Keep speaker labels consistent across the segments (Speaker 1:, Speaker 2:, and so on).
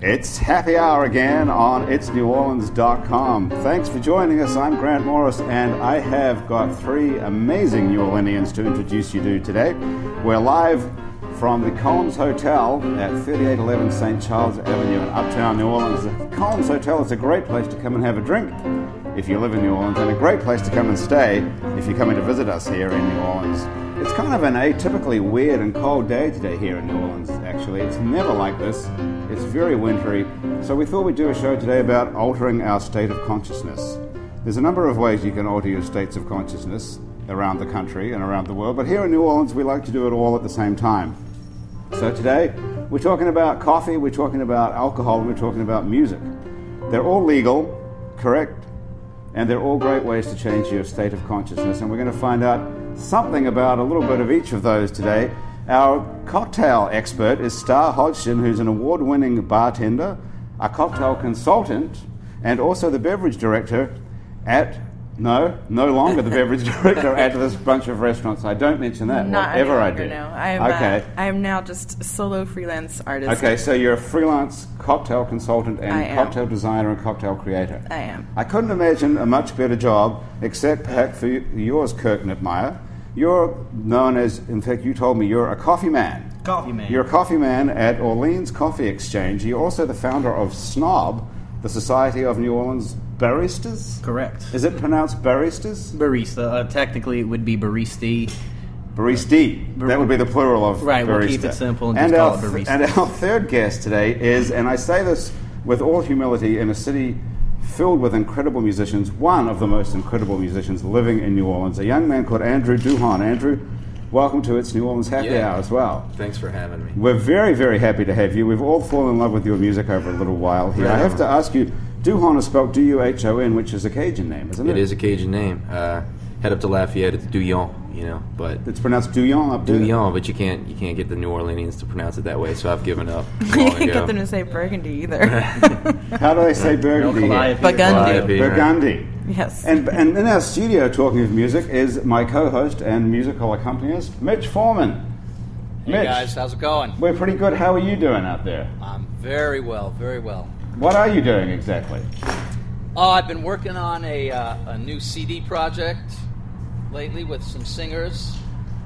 Speaker 1: It's happy hour again on itsneworleans.com. Thanks for joining us. I'm Grant Morris, and I have got three amazing New Orleanians to introduce you to today. We're live from the Combs Hotel at 3811 St. Charles Avenue in Uptown New Orleans. The Combs Hotel is a great place to come and have a drink if you live in New Orleans, and a great place to come and stay if you're coming to visit us here in New Orleans. It's kind of an atypically weird and cold day today here in New Orleans, actually. It's never like this, it's very wintry, so we thought we'd do a show today about altering our state of consciousness. There's a number of ways you can alter your states of consciousness around the country and around the world, but here in New Orleans, we like to do it all at the same time. So today, we're talking about coffee, we're talking about alcohol, we're talking about music. They're all legal, correct, and they're all great ways to change your state of consciousness. And we're going to find out something about a little bit of each of those today. Our cocktail expert is Star Hodgson, who's an award winning bartender, a cocktail consultant, and also the beverage director at, no, no longer the beverage director at this bunch of restaurants. I don't mention that,
Speaker 2: Not any
Speaker 1: whatever I
Speaker 2: longer,
Speaker 1: do.
Speaker 2: No, I am.
Speaker 1: okay.
Speaker 2: Uh, I am now just a solo freelance artist.
Speaker 1: Okay, so you're a freelance cocktail consultant
Speaker 2: I
Speaker 1: and
Speaker 2: am.
Speaker 1: cocktail designer and cocktail creator.
Speaker 2: I am.
Speaker 1: I couldn't imagine a much better job, except perhaps for y- yours, Kirk Nipmeyer. You're known as, in fact, you told me you're a coffee man.
Speaker 3: Coffee man.
Speaker 1: You're a coffee man at Orleans Coffee Exchange. You're also the founder of SNOB, the Society of New Orleans Baristas.
Speaker 3: correct.
Speaker 1: Is it pronounced baristas?
Speaker 3: barista. Uh, technically, it would be barista.
Speaker 1: Baristi. That would be the plural of
Speaker 3: Right,
Speaker 1: barista.
Speaker 3: we'll keep it simple and just
Speaker 1: our
Speaker 3: call it
Speaker 1: th-
Speaker 3: barista.
Speaker 1: And our third guest today is, and I say this with all humility, in a city filled with incredible musicians, one of the most incredible musicians living in New Orleans, a young man called Andrew Duhon. Andrew, welcome to It's New Orleans Happy
Speaker 4: Yeah.
Speaker 1: Hour as well.
Speaker 4: Thanks for having me.
Speaker 1: We're very, very happy to have you. We've all fallen in love with your music over a little while here. I
Speaker 4: Right
Speaker 1: have
Speaker 4: on.
Speaker 1: to ask you, Duhon is spelled D-U-H-O-N, which is a Cajun name, isn't it?
Speaker 4: It is a Cajun name. Uh, head up to Lafayette, it's Douillon, you know, but
Speaker 1: It's pronounced Duyon up there.
Speaker 4: Douillon, but you can't you can't get the New Orleanians to pronounce it that way, so I've given up.
Speaker 2: You
Speaker 4: long
Speaker 2: didn't
Speaker 4: ago.
Speaker 2: get them to say burgundy either.
Speaker 1: How do they say
Speaker 3: No
Speaker 1: Burgundy? here?
Speaker 3: calliope.
Speaker 2: Burgundy.
Speaker 4: Calliope.
Speaker 1: Burgundy.
Speaker 2: yes.
Speaker 1: And, and in our studio, talking of music, is my co-host and musical accompanist, Mitch Foreman.
Speaker 5: Hey
Speaker 1: Mitch,
Speaker 5: guys, how's it going?
Speaker 1: we're pretty good. How are you doing out there?
Speaker 5: I'm very well, very well.
Speaker 1: What are you doing exactly?
Speaker 5: Oh, I've been working on a, uh, a new CD project lately with some singers,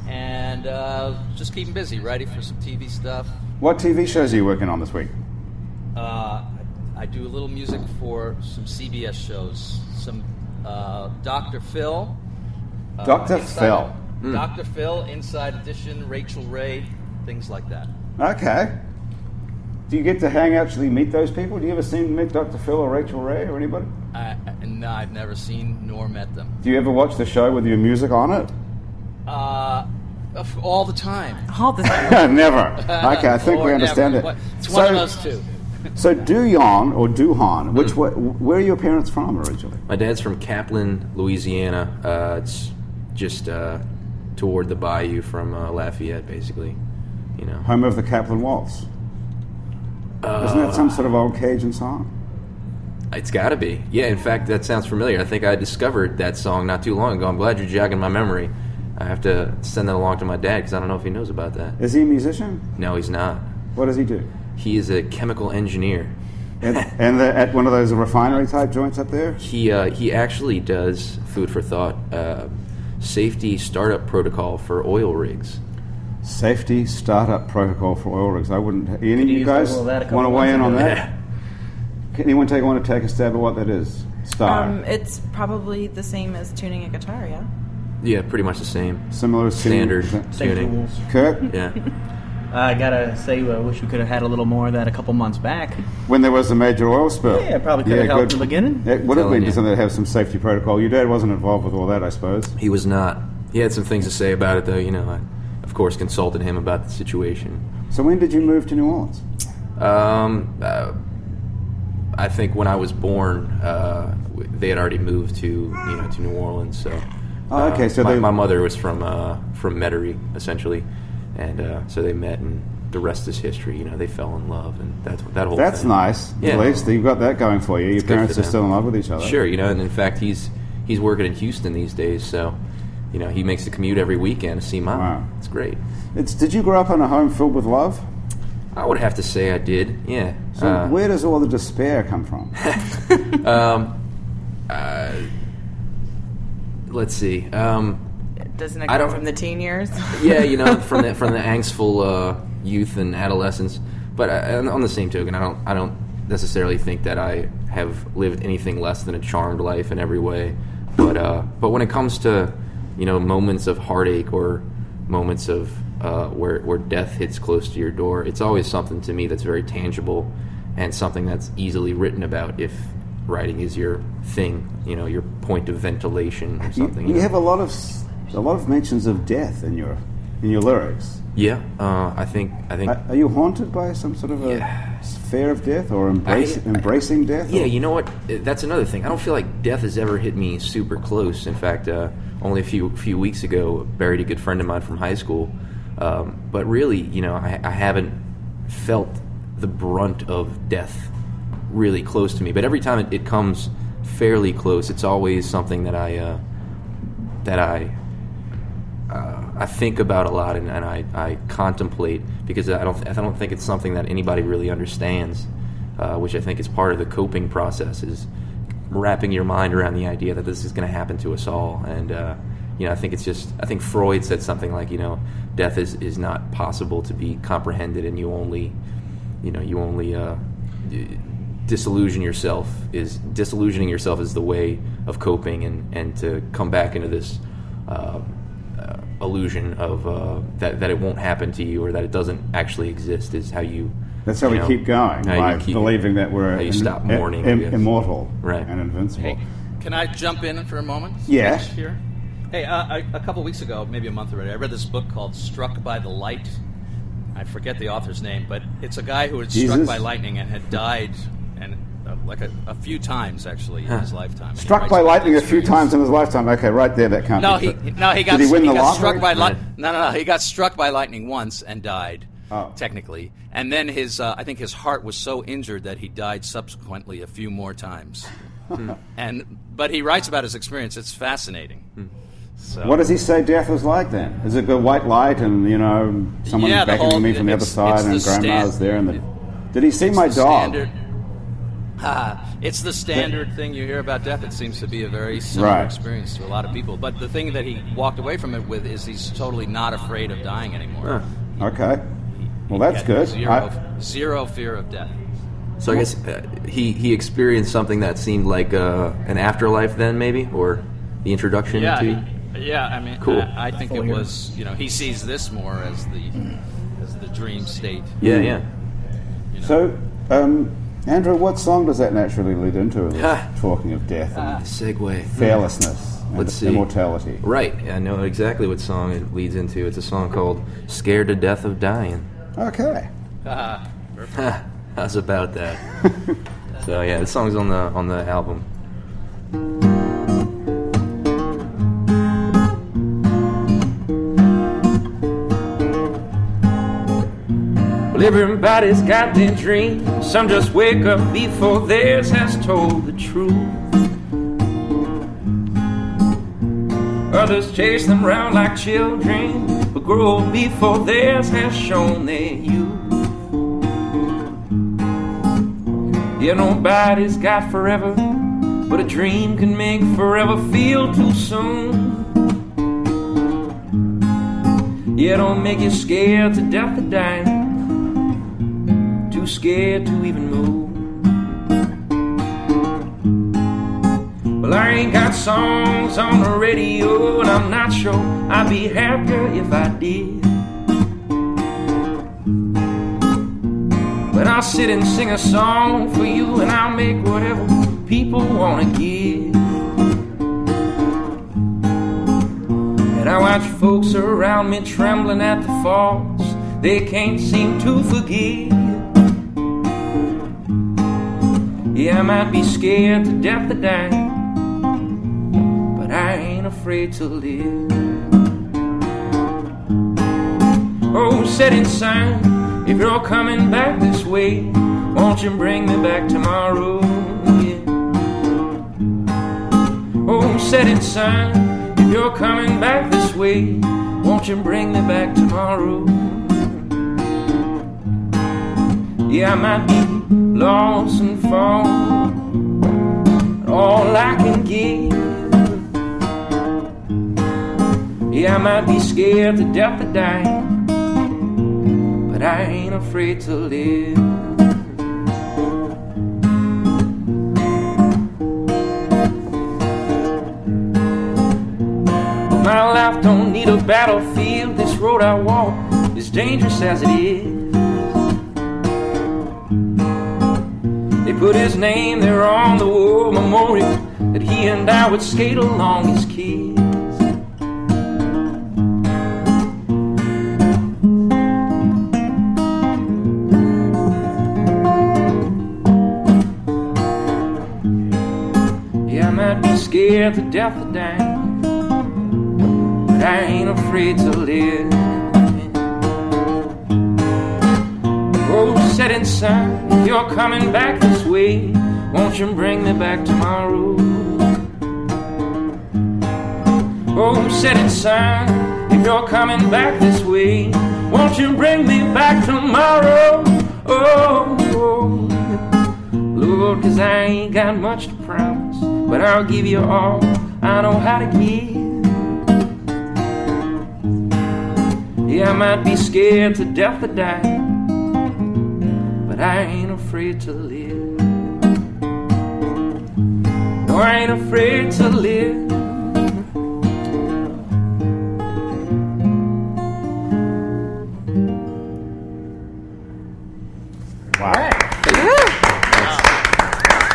Speaker 5: and uh, just keeping busy, ready for some TV stuff.
Speaker 1: What TV shows are you working on this week?
Speaker 5: Uh, I do a little music for some CBS shows, some uh, Dr. Phil. uh,
Speaker 1: Dr.
Speaker 5: Inside-
Speaker 1: Phil.
Speaker 5: Dr. Phil, Inside Edition, Rachel Ray, things like that.
Speaker 1: Okay. Do you get to hang actually meet those people? Do you ever seem to meet Dr. Phil or Rachel Ray or anybody?
Speaker 5: I, I, no, I've never seen nor met them.
Speaker 1: Do you ever watch the show with your music on it?
Speaker 5: Uh, of- all the time.
Speaker 2: All this.
Speaker 1: never. Okay, I think
Speaker 5: Or
Speaker 1: we
Speaker 5: never.
Speaker 1: understand
Speaker 5: What-
Speaker 1: it.
Speaker 5: It's
Speaker 1: so,
Speaker 5: one of those two.
Speaker 1: so Duyon or Duhan, which wa- where are your parents from originally?
Speaker 4: My dad's from Kaplan, Louisiana. Uh, it's just uh, toward the bayou from uh, Lafayette, basically. You know,
Speaker 1: Home of the Kaplan Waltz. Isn't that some sort of old Cajun song?
Speaker 4: it's got to be. Yeah, in fact, that sounds familiar. I think I discovered that song not too long ago. I'm glad you're jogging my memory. I have to send that along to my dad because I don't know if he knows about that.
Speaker 1: Is he a musician?
Speaker 4: No, he's not.
Speaker 1: What does he do?
Speaker 4: He is a chemical engineer.
Speaker 1: And, and the, at one of those refinery type joints up there?
Speaker 4: He uh, he actually does food for thought uh, safety startup protocol for oil rigs.
Speaker 1: Safety startup protocol for oil rigs. I wouldn't. Any of you
Speaker 3: used
Speaker 1: guys
Speaker 3: all of that a couple
Speaker 1: want to weigh in
Speaker 3: months
Speaker 1: on
Speaker 3: ago.
Speaker 1: that? Can anyone take want to take a stab at what that is? Star.
Speaker 2: Um, it's probably the same as tuning a guitar. Yeah.
Speaker 4: Yeah, pretty much the same
Speaker 1: Similar to
Speaker 4: standard
Speaker 3: Same
Speaker 4: tuning.
Speaker 3: rules.
Speaker 1: Kirk,
Speaker 4: Yeah,
Speaker 3: I gotta say, I wish we could have had a little more of that a couple months back.
Speaker 1: when there was a major oil spill.
Speaker 3: Yeah, it probably could have helped in the beginning.
Speaker 1: It would have
Speaker 4: Telling
Speaker 1: been
Speaker 4: you.
Speaker 1: something to have some safety protocol. Your dad wasn't involved with all that, I suppose.
Speaker 4: he was not. He had some things to say about it, though. You know, I of course consulted him about the situation.
Speaker 1: So when did you move to New Orleans?
Speaker 4: Um, uh, I think when I was born, uh, w- they had already moved to you know to New Orleans. So,
Speaker 1: Oh,
Speaker 4: uh,
Speaker 1: okay, so
Speaker 4: my,
Speaker 1: they-
Speaker 4: my mother was from uh, from Metairie essentially, and uh, so they met, and the rest is history. You know, they fell in love, and that's that whole.
Speaker 1: That's
Speaker 4: thing.
Speaker 1: nice.
Speaker 4: Yeah.
Speaker 1: At least you've got that going for you. Your
Speaker 4: good for
Speaker 1: parents are
Speaker 4: them.
Speaker 1: still in love with each other.
Speaker 4: Sure, you know, and in fact, he's he's working in Houston these days, so you know he makes the commute every weekend to see mom.
Speaker 1: Wow.
Speaker 4: It's great.
Speaker 1: It's, did you grow up in a home filled with love?
Speaker 4: I would have to say I did. Yeah. Uh,
Speaker 1: So So where does all the despair come from?
Speaker 4: Let's see. Um,
Speaker 2: Doesn't it
Speaker 4: I
Speaker 2: come
Speaker 4: don't-
Speaker 2: from the teen years?
Speaker 4: yeah, you know, from the from the angstful uh, youth and adolescence. But I, on the same token, I don't I don't necessarily think that I have lived anything less than a charmed life in every way. But uh, but when it comes to you know moments of heartache or moments of uh, where where death hits close to your door, it's always something to me that's very tangible and something that's easily written about if writing is your thing, you know, your point of ventilation or
Speaker 1: You,
Speaker 4: something.
Speaker 1: you
Speaker 4: know?
Speaker 1: have a lot of s- a lot of mentions of death in your in your lyrics.
Speaker 4: yeah, uh, I think I think
Speaker 1: Are, are you haunted by some sort of a s- fear of death or embrace,
Speaker 4: I-
Speaker 1: embracing death?
Speaker 4: Yeah,
Speaker 1: or-
Speaker 4: you know what? Uh, That's another thing. I don't feel like death has ever hit me super close. In fact, uh, only a few few weeks ago, buried a good friend of mine from high school. Um, but really, you know, I, I haven't felt the brunt of death really close to me. But every time it, it comes fairly close, it's always something that I uh, that I uh, I think about a lot and, and I, I contemplate because I don't I don't think it's something that anybody really understands, uh, which I think is part of the coping process is wrapping your mind around the idea that this is going to happen to us all and uh, you know I think it's just I think Freud said something like you know death is, is not possible to be comprehended and you only you know you only uh, disillusion yourself is disillusioning yourself is the way of coping and, and to come back into this uh, uh, illusion of uh, that that it won't happen to you or that it doesn't actually exist is how you.
Speaker 1: That's how
Speaker 4: you
Speaker 1: we
Speaker 4: know,
Speaker 1: keep going
Speaker 4: how you
Speaker 1: by
Speaker 4: keep-
Speaker 1: believing that we're
Speaker 4: how you
Speaker 1: im-
Speaker 4: stop
Speaker 1: im-
Speaker 4: mourning, I
Speaker 1: im-
Speaker 4: guess.
Speaker 1: immortal,
Speaker 4: Right.
Speaker 1: and invincible.
Speaker 5: Hey, can I jump in for a moment?
Speaker 1: Yeah.
Speaker 5: Mitch, Here. Hey, uh, a, a couple weeks ago, maybe a month already, I read this book called "Struck by the Light." I forget the author's name, but it's a guy who was
Speaker 1: Jesus?
Speaker 5: struck by lightning and had died, and uh, like a, a few times actually in his lifetime. And he
Speaker 1: Struck
Speaker 5: writes
Speaker 1: by
Speaker 5: about
Speaker 1: lightning
Speaker 5: the
Speaker 1: a few
Speaker 5: experience.
Speaker 1: times in his lifetime. Okay, right there, that can't
Speaker 5: No,
Speaker 1: be
Speaker 5: he
Speaker 1: true.
Speaker 5: no he got,
Speaker 1: Did he win the
Speaker 5: got
Speaker 1: lottery?
Speaker 5: struck by
Speaker 4: Right.
Speaker 5: lightning. No, no, no. He got struck by lightning once and died.
Speaker 1: Oh.
Speaker 5: Technically, and then his uh, I think his heart was so injured that he died subsequently a few more times.
Speaker 1: Hmm.
Speaker 5: and but he writes about his experience. It's fascinating. So,
Speaker 1: Hmm. What does he say death was like then? Is it the white light and, you know, someone
Speaker 5: Yeah, the
Speaker 1: beckoning
Speaker 5: whole-
Speaker 1: me from the other
Speaker 5: it's-
Speaker 1: side
Speaker 5: it's
Speaker 1: and
Speaker 5: the stand-
Speaker 1: grandma's there and the. Did he see my
Speaker 5: the
Speaker 1: dog?
Speaker 5: standard- Ah, it's the standard thing you hear about death. It seems to be a very similar
Speaker 1: Right.
Speaker 5: experience to a lot of people. But the thing that he walked away from it with is he's totally not afraid of dying anymore.
Speaker 4: Huh.
Speaker 1: Okay. Well, that's
Speaker 5: Yeah,
Speaker 1: good.
Speaker 5: Zero,
Speaker 1: I-
Speaker 5: zero fear of death.
Speaker 4: So I guess uh, he he experienced something that seemed like uh, an afterlife then maybe or the introduction
Speaker 5: Yeah,
Speaker 4: to.
Speaker 5: he- yeah. I mean,
Speaker 4: Cool.
Speaker 5: I, I think it
Speaker 3: Fully hear.
Speaker 5: was. You know, he sees this more as the as the dream state.
Speaker 4: Yeah, yeah.
Speaker 1: So, um, Andrew, what song does that naturally lead into?
Speaker 4: Huh.
Speaker 1: Talking of death
Speaker 5: Uh, hmm.
Speaker 1: and
Speaker 4: Segway.
Speaker 1: fearlessness and
Speaker 4: Let's see.
Speaker 1: immortality.
Speaker 4: Right, I know exactly what song it leads into. It's a song called "Scared to Death of Dying."
Speaker 1: Okay.
Speaker 4: How's about that? so yeah, this song's on the on the album. Well, everybody's got their dreams. Some just wake up before theirs has told the truth. Others chase them round like children, but grow old before theirs has shown their youth. Yeah, nobody's got forever, but a dream can make forever feel too soon. Yeah, don't make you scared to death of dying, too scared to even move. Well, I ain't got songs on the radio, and I'm not sure I'd be happier if I did. But I'll sit and sing a song for you, and I'll make whatever people wanna give. And I watch folks around me trembling at the faults they can't seem to forgive. Yeah, I might be scared to death of dying, but I ain't afraid to live. Oh, setting sign, if you're coming back this way, won't you bring me back tomorrow? Yeah. Oh, setting sign, if you're coming back this way, won't you bring me back tomorrow? Yeah, I might be
Speaker 6: lost and found. And All I can give. Yeah, I might be scared to death to die, but I ain't afraid to live. My life don't need a battlefield. This road I walk is dangerous as it is. They put his name there on the war memorial that he and I would skate along as kids. Yeah, I might be scared to death or dying, but I ain't afraid to live. Oh, setting sun, if you're coming back this way, won't you bring me back tomorrow? Oh, setting sun, if you're coming back this way, won't you bring me back tomorrow? Oh, oh. Lord, cause I ain't got much to promise, but I'll give you all I know how to give. Yeah, I might be scared to death or die but I ain't afraid to live. No, I ain't afraid to live.
Speaker 1: Wow.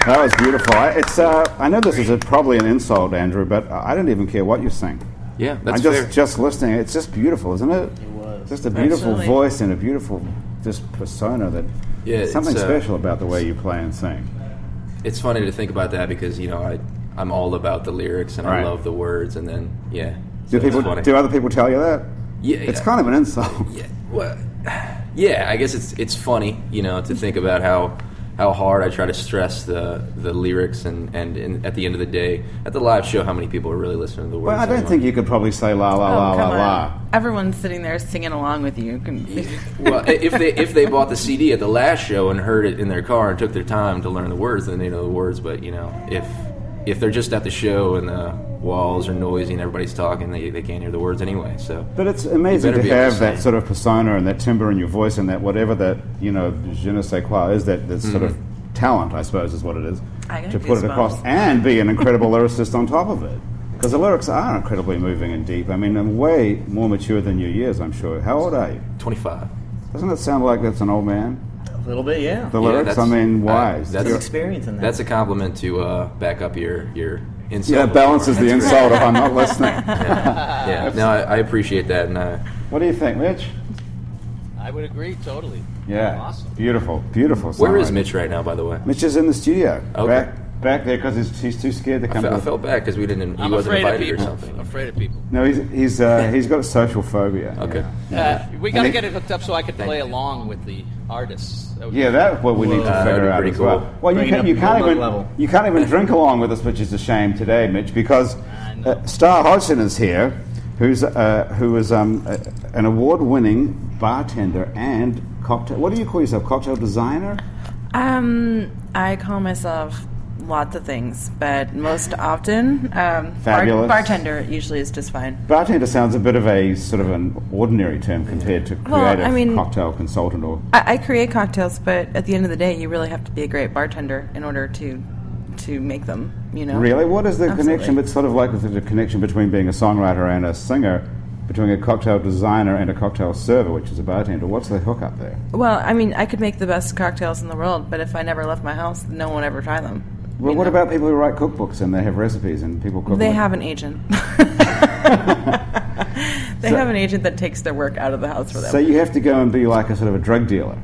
Speaker 1: That was beautiful. I, it's, uh, I know this is a, probably an insult, Andrew, but I I don't even care what you sing.
Speaker 4: Yeah, that's
Speaker 1: I'm just,
Speaker 4: fair.
Speaker 1: just listening. It's just beautiful, isn't it? It was. Just a beautiful
Speaker 2: Absolutely.
Speaker 1: voice and a beautiful just persona that
Speaker 4: Yeah, it's,
Speaker 1: something
Speaker 4: uh,
Speaker 1: special about the way you play and sing.
Speaker 4: it's funny to think about that because you know I I'm all about the lyrics and
Speaker 1: Right.
Speaker 4: I love the words and then yeah. so
Speaker 1: Do
Speaker 4: it's
Speaker 1: people
Speaker 4: funny.
Speaker 1: do other people tell you that?
Speaker 4: Yeah,
Speaker 1: It's
Speaker 4: yeah.
Speaker 1: kind of an insult.
Speaker 4: yeah, well, yeah. I guess it's it's funny, you know, to think about how how hard I try to stress the the lyrics and and, and at the end of the day at the live show how many people are really listening to the words.
Speaker 1: Well, I don't
Speaker 4: anymore.
Speaker 1: think you could probably say la la la la
Speaker 2: oh, come
Speaker 1: la.
Speaker 2: on. Everyone's sitting there singing along with you. You can-
Speaker 4: well, i- if they if they bought the CD at the last show and heard it in their car and took their time to learn the words, then they know the words. But you know, if if they're just at the show and the walls are noisy and everybody's talking, they, they can't hear the words anyway. So
Speaker 1: But it's amazing
Speaker 4: better
Speaker 1: to
Speaker 4: be able to
Speaker 1: have that
Speaker 4: sing.
Speaker 1: sort of persona and that timbre in your voice and that whatever that you know je ne sais quoi is that that sort of
Speaker 4: Mm-hmm.
Speaker 1: talent, I suppose, is what it is
Speaker 2: I got
Speaker 1: to put it across
Speaker 2: goosebumps.
Speaker 1: and be an incredible lyricist on top of it. Because the lyrics are incredibly moving and deep. I mean, I'm way more mature than your years, I'm sure. How old are you?
Speaker 4: twenty five.
Speaker 1: Doesn't it sound like that's an old man?
Speaker 3: A little bit, yeah.
Speaker 1: The
Speaker 4: Yeah,
Speaker 1: lyrics, I
Speaker 4: that's-
Speaker 1: mean,
Speaker 4: uh,
Speaker 1: wise.
Speaker 4: that's-
Speaker 3: There's
Speaker 1: You're-
Speaker 3: experience in that.
Speaker 4: That's a compliment to uh, back up your your insult.
Speaker 1: yeah, that balances the
Speaker 4: That's great.
Speaker 1: insult if I'm not listening.
Speaker 4: Yeah, no, I, I appreciate that, and uh,
Speaker 1: What do you think, Mitch?
Speaker 5: I would agree totally.
Speaker 1: Yeah,
Speaker 5: Awesome.
Speaker 1: beautiful, beautiful.
Speaker 4: where is
Speaker 1: songwriting.
Speaker 4: Mitch right now? By the way,
Speaker 1: Mitch is in the studio.
Speaker 4: Okay.
Speaker 1: Back, back there because he's, he's too scared to
Speaker 4: I,
Speaker 1: come.
Speaker 4: fe-
Speaker 1: to
Speaker 4: I
Speaker 1: the-
Speaker 4: felt bad because we didn't. He
Speaker 5: I'm
Speaker 4: wasn't
Speaker 5: afraid of
Speaker 4: invited or
Speaker 5: people.
Speaker 4: something.
Speaker 5: Afraid of people.
Speaker 1: No, he's he's uh, he's got social phobia.
Speaker 4: Okay.
Speaker 5: Uh, we
Speaker 1: And
Speaker 5: got to
Speaker 1: it-
Speaker 5: get it hooked up so I could
Speaker 4: Thank
Speaker 5: play
Speaker 4: you.
Speaker 5: along with the artists. That would be
Speaker 1: Yeah, that's what we need
Speaker 3: Whoa.
Speaker 1: to
Speaker 4: Uh, that'd
Speaker 1: figure
Speaker 4: be
Speaker 1: out
Speaker 4: pretty
Speaker 1: as
Speaker 4: cool.
Speaker 1: well. Well, you
Speaker 3: Bring it
Speaker 1: can
Speaker 3: up
Speaker 1: you
Speaker 3: to
Speaker 1: can't
Speaker 3: another
Speaker 1: even
Speaker 3: level.
Speaker 1: you can't even drink along with us, which is a shame today, Mitch, because
Speaker 5: know.
Speaker 1: uh, Star Hodgson is here, who's uh, who is um, uh, an award-winning bartender and cocktail. What do you call yourself? Cocktail designer?
Speaker 2: Um, I call myself lots of things, but most often, um,
Speaker 1: Fabulous.
Speaker 2: bartender usually is just fine.
Speaker 1: Bartender sounds a bit of a sort of an ordinary term compared to creative
Speaker 2: Well, I mean-
Speaker 1: cocktail consultant or
Speaker 2: I, I create cocktails, but at the end of the day, you really have to be a great bartender in order to to make them. You know,
Speaker 1: Really? What is the
Speaker 2: Absolutely.
Speaker 1: connection? But sort of like the, the connection between being a songwriter and a singer, between a cocktail designer and a cocktail server, which is a bartender. What's the hook up there?
Speaker 2: Well, I mean, I could make the best cocktails in the world, but if I never left my house, no one ever try them.
Speaker 1: Well,
Speaker 2: you
Speaker 1: what
Speaker 2: know?
Speaker 1: about people who write cookbooks and they have recipes and people cook?
Speaker 2: They
Speaker 1: with-
Speaker 2: have an agent. they have an agent that takes their work out of the house for them.
Speaker 1: So you have to go and be like a sort of a drug dealer.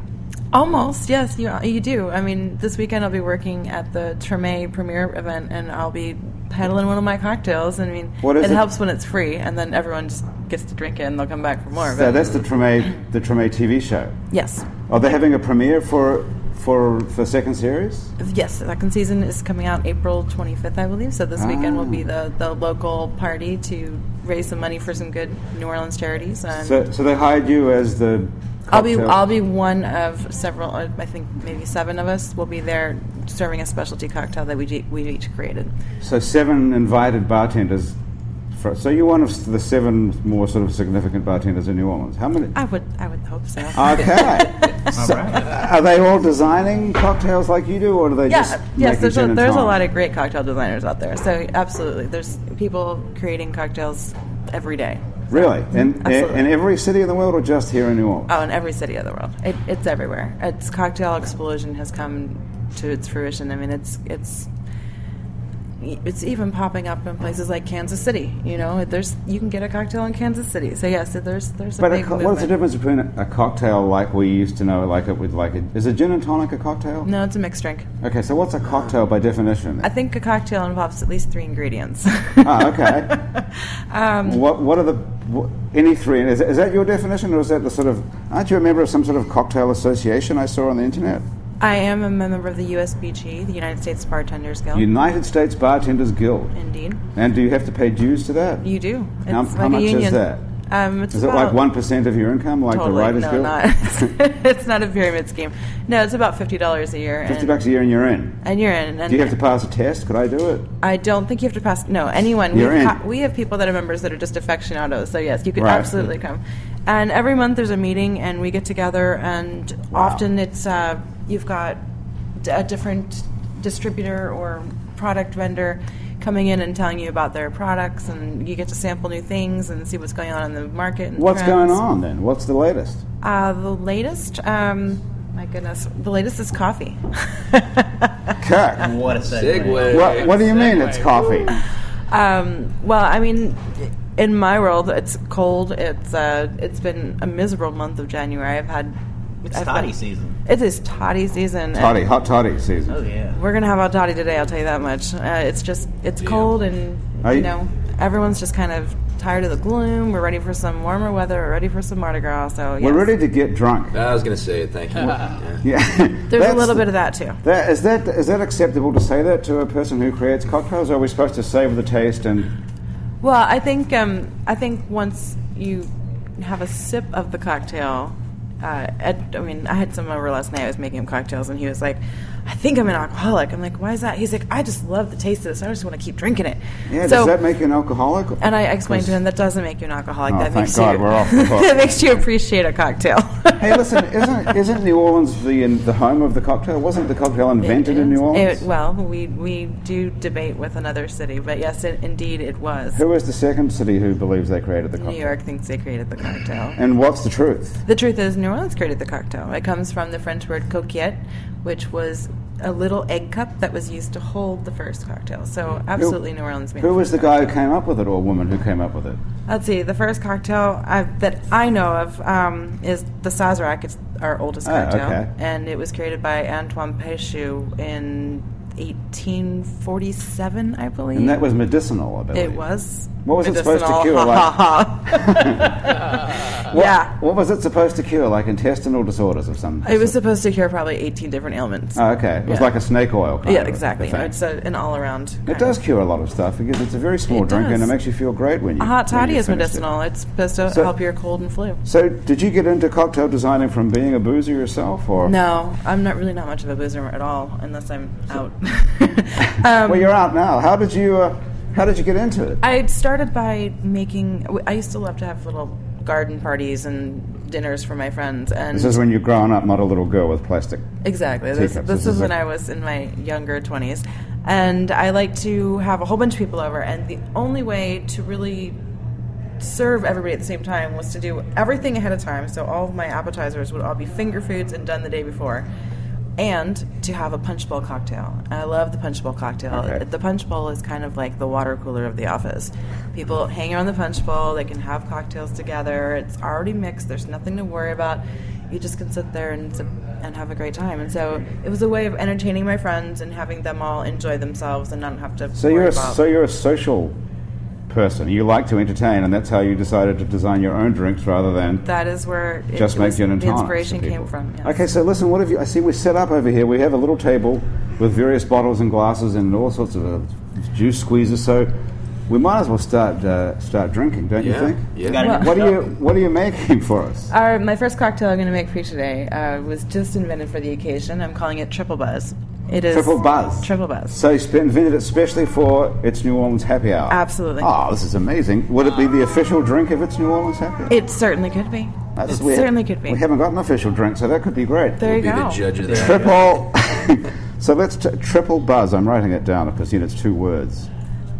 Speaker 2: Almost, yes, you you do. I mean, this weekend I'll be working at the Treme premiere event, and I'll be peddling one of my cocktails. I mean,
Speaker 1: What is
Speaker 2: it,
Speaker 1: it?
Speaker 2: helps when it's free, and then everyone just gets to drink it, and they'll come back for more.
Speaker 1: So
Speaker 2: But
Speaker 1: that's the Treme, the Treme TV show.
Speaker 2: yes,
Speaker 1: Are they having a premiere for for for second series?
Speaker 2: Yes, the second season is coming out April 25th, I believe. So this weekend will be
Speaker 1: Ah.
Speaker 2: the, the local party to raise some money for some good New Orleans charities. And
Speaker 1: So, so they hired you as the.
Speaker 2: Um, I'll be
Speaker 1: cocktail-
Speaker 2: I'll be one of several. uh, I think maybe seven of us will be there serving a specialty cocktail that we ge- we each created.
Speaker 1: So seven invited bartenders. For, so you're one of the seven more sort of significant bartenders in New Orleans. How many?
Speaker 2: I would I would hope so.
Speaker 1: Okay. so, Are they all designing cocktails like you do, or do they just
Speaker 2: yeah, yes.
Speaker 1: making
Speaker 2: There's
Speaker 1: gin
Speaker 2: a,
Speaker 1: and
Speaker 2: there's a
Speaker 1: tonic?
Speaker 2: lot of great cocktail designers out there. So absolutely, there's people creating cocktails every day.
Speaker 1: really in,
Speaker 2: Absolutely.
Speaker 1: in every city in the world, or just here in New Orleans.
Speaker 2: Oh, in every city of the world, it, it's everywhere. Its cocktail explosion has come to its fruition. I mean, it's it's it's even popping up in places like Kansas City. You know, there's you can get a cocktail in Kansas City. So yes, there's there's a
Speaker 1: but a
Speaker 2: big
Speaker 1: co-
Speaker 2: movement.
Speaker 1: what's the difference between a, a cocktail like we used to know, like it with like a, is a gin and tonic a cocktail?
Speaker 2: No, it's a mixed drink.
Speaker 1: Okay, so what's a cocktail by definition?
Speaker 2: I think a cocktail involves at least three ingredients.
Speaker 1: Ah, okay.
Speaker 2: Um,
Speaker 1: what What are the what, any three? Is, is that your definition, or is that the sort of? Aren't you a member of some sort of cocktail association I saw on the internet?
Speaker 2: I am a member of the USBG, the United States Bartenders Guild.
Speaker 1: United States Bartenders Guild.
Speaker 2: Indeed,
Speaker 1: And do you have to pay dues to that?
Speaker 2: you do. It's
Speaker 1: How-
Speaker 2: like
Speaker 1: how
Speaker 2: a
Speaker 1: much is
Speaker 2: union.
Speaker 1: that?
Speaker 2: Um, it's
Speaker 1: Is it
Speaker 2: about-
Speaker 1: like one percent of your income, like the
Speaker 2: Totally.
Speaker 1: Writers
Speaker 2: no,
Speaker 1: Guild?
Speaker 2: not. it's not a pyramid scheme. No, it's about fifty dollars a year.
Speaker 1: Fifty
Speaker 2: and,
Speaker 1: bucks a year, and you're in.
Speaker 2: And you're in. And
Speaker 1: Do you have to pass a test? Could I do it?
Speaker 2: I don't think you have to pass. No, anyone.
Speaker 1: You're
Speaker 2: we,
Speaker 1: in.
Speaker 2: have we have people that are members that are just aficionados. So yes, you could
Speaker 1: Right.
Speaker 2: absolutely come. And every month there's a meeting, and we get together. And often it's uh, you've got d- a different distributor or product vendor coming in and telling you about their products, and you get to sample new things and see what's going on in the market. And
Speaker 1: What's
Speaker 2: trends.
Speaker 1: going on then? What's the latest?
Speaker 2: Uh, the latest, um, my goodness, the latest is coffee.
Speaker 1: Kirk,
Speaker 3: What a segue.
Speaker 4: Segway.
Speaker 1: what, what do you mean it's coffee?
Speaker 2: um, well, I mean, in my world, it's cold. It's uh, it's been a miserable month of January. I've had
Speaker 3: It's
Speaker 2: I've
Speaker 3: toddy
Speaker 2: had-
Speaker 3: season.
Speaker 2: It is toddy season. and
Speaker 1: Toddy, hot toddy season.
Speaker 3: Oh yeah.
Speaker 2: We're gonna have a toddy today. I'll tell you that much. Uh, it's just it's cold, and
Speaker 1: Are
Speaker 2: you
Speaker 1: you-
Speaker 2: know everyone's just kind of tired of the gloom. We're ready for some warmer weather. We're ready for some Mardi Gras. So yes.
Speaker 1: We're ready to get drunk.
Speaker 4: I was gonna say it. Thank you. Yeah.
Speaker 1: Yeah,
Speaker 2: There's a little bit of that too.
Speaker 1: That, is that is that acceptable to say that to a person who creates cocktails? Or are we supposed to savor the taste and
Speaker 2: Well, I think um, I think once you have a sip of the cocktail, uh, Ed, I mean, I had someone over last night. I was making him cocktails, and he was like, "I think I'm an alcoholic." I'm like, "Why is that?" He's like, "I just love the taste of this. I just want to keep drinking it."
Speaker 1: yeah?
Speaker 2: So-
Speaker 1: does that make you an alcoholic?
Speaker 2: and I explained to him that doesn't make you an alcoholic.
Speaker 1: Oh,
Speaker 2: that
Speaker 1: thank
Speaker 2: makes
Speaker 1: God,
Speaker 2: you
Speaker 1: we're off the hook.
Speaker 2: that makes you appreciate a cocktail.
Speaker 1: hey, listen, isn't isn't New Orleans the in, the home of the cocktail? Wasn't the cocktail invented in New Orleans?
Speaker 2: It- well, we we do debate with another city, but yes, it, indeed, it was.
Speaker 1: who is the second city who believes they created the cocktail?
Speaker 2: New York thinks they created the cocktail.
Speaker 1: And what's the truth?
Speaker 2: The truth is, New Orleans created the cocktail. It comes from the French word coquette, which was a little egg cup that was used to hold the first cocktail. So, absolutely, New Orleans made
Speaker 1: Who
Speaker 2: it.
Speaker 1: was the guy who came up with it, or woman who came up with it?
Speaker 2: Let's see, the first cocktail i that I know of um, is the Sazerac. It's our oldest
Speaker 1: Oh,
Speaker 2: cocktail.
Speaker 1: okay.
Speaker 2: And it was created by Antoine Pechou in 1847, I believe.
Speaker 1: And that was medicinal, I believe.
Speaker 2: it was.
Speaker 1: What was it supposed to
Speaker 2: medicinal.
Speaker 1: cure,
Speaker 2: Ha,
Speaker 1: like-
Speaker 2: ha, ha. yeah.
Speaker 1: What was it supposed to cure? Like intestinal disorders of some?
Speaker 2: It was supposed to cure probably 18 different ailments.
Speaker 1: Oh, okay. It was
Speaker 2: Yeah.
Speaker 1: like a snake oil. Kind
Speaker 2: Yeah,
Speaker 1: of a
Speaker 2: exactly.
Speaker 1: thing.
Speaker 2: It's a, an all around.
Speaker 1: It does cure a lot of stuff because it's a very small
Speaker 2: It
Speaker 1: drink and it
Speaker 2: does.
Speaker 1: makes you feel great when you.
Speaker 2: A hot
Speaker 1: when
Speaker 2: toddy
Speaker 1: you
Speaker 2: is
Speaker 1: finish it.
Speaker 2: medicinal. It's supposed to
Speaker 1: So-
Speaker 2: help your cold and flu.
Speaker 1: So, did you get into cocktail designing from being a boozer yourself, or
Speaker 2: No, I'm not really not much of a boozer at all, unless I'm out. um,
Speaker 1: Well, you're out now. How did you? Uh, how did you get into it?
Speaker 2: I started by making. I used to love to have little garden parties and dinners for my friends, and
Speaker 1: This is when you're growing up, not a little girl with plastic.
Speaker 2: Exactly. This,
Speaker 1: Teacups.
Speaker 2: this,
Speaker 1: This
Speaker 2: is
Speaker 1: is
Speaker 2: when
Speaker 1: a-
Speaker 2: I was in my younger 20s. And I like to have a whole bunch of people over. And the only way to really serve everybody at the same time was to do everything ahead of time. So all of my appetizers would all be finger foods and done the day before. And to have a punch bowl cocktail. I love the punch bowl cocktail.
Speaker 1: Okay.
Speaker 2: The punch bowl is kind of like the water cooler of the office. People hang around the punch bowl, they can have cocktails together. It's already mixed, there's nothing to worry about. You just can sit there and sip and have a great time. And so it was a way of entertaining my friends and having them all enjoy themselves and not have to
Speaker 1: So
Speaker 2: worry
Speaker 1: you're a,
Speaker 2: about
Speaker 1: so you're a social person. You like to entertain, and that's how you decided to design your own drinks rather than
Speaker 2: That is where it
Speaker 1: just make
Speaker 2: was-
Speaker 1: gin and
Speaker 2: the
Speaker 1: tonics for
Speaker 2: inspiration
Speaker 1: people.
Speaker 2: came from. yes.
Speaker 1: Okay, so listen, what have you? I see we're set up over here. We have a little table with various bottles and glasses and all sorts of uh, juice squeezers. So we might as well start uh, start drinking, don't
Speaker 4: Yeah,
Speaker 1: you think?
Speaker 4: yeah.
Speaker 3: Got it.
Speaker 1: What are you What are you making for us?
Speaker 2: Our, my first cocktail I'm going to make for you today uh, was just invented for the occasion. I'm calling it Triple Buzz. It is
Speaker 1: Triple Buzz.
Speaker 2: Triple Buzz.
Speaker 1: So you sp- invented it especially for its New Orleans Happy Hour.
Speaker 2: Absolutely.
Speaker 1: Oh, this is amazing. Would it be the official drink of its New Orleans Happy Hour?
Speaker 2: It certainly could be.
Speaker 1: That's
Speaker 2: it
Speaker 1: weird.
Speaker 2: certainly could be.
Speaker 1: We haven't got an official drink, so that could be great.
Speaker 2: there you
Speaker 4: be
Speaker 2: go.
Speaker 4: the judge of that.
Speaker 1: Triple. so let's t- triple buzz. I'm writing it down because you know, it's two words.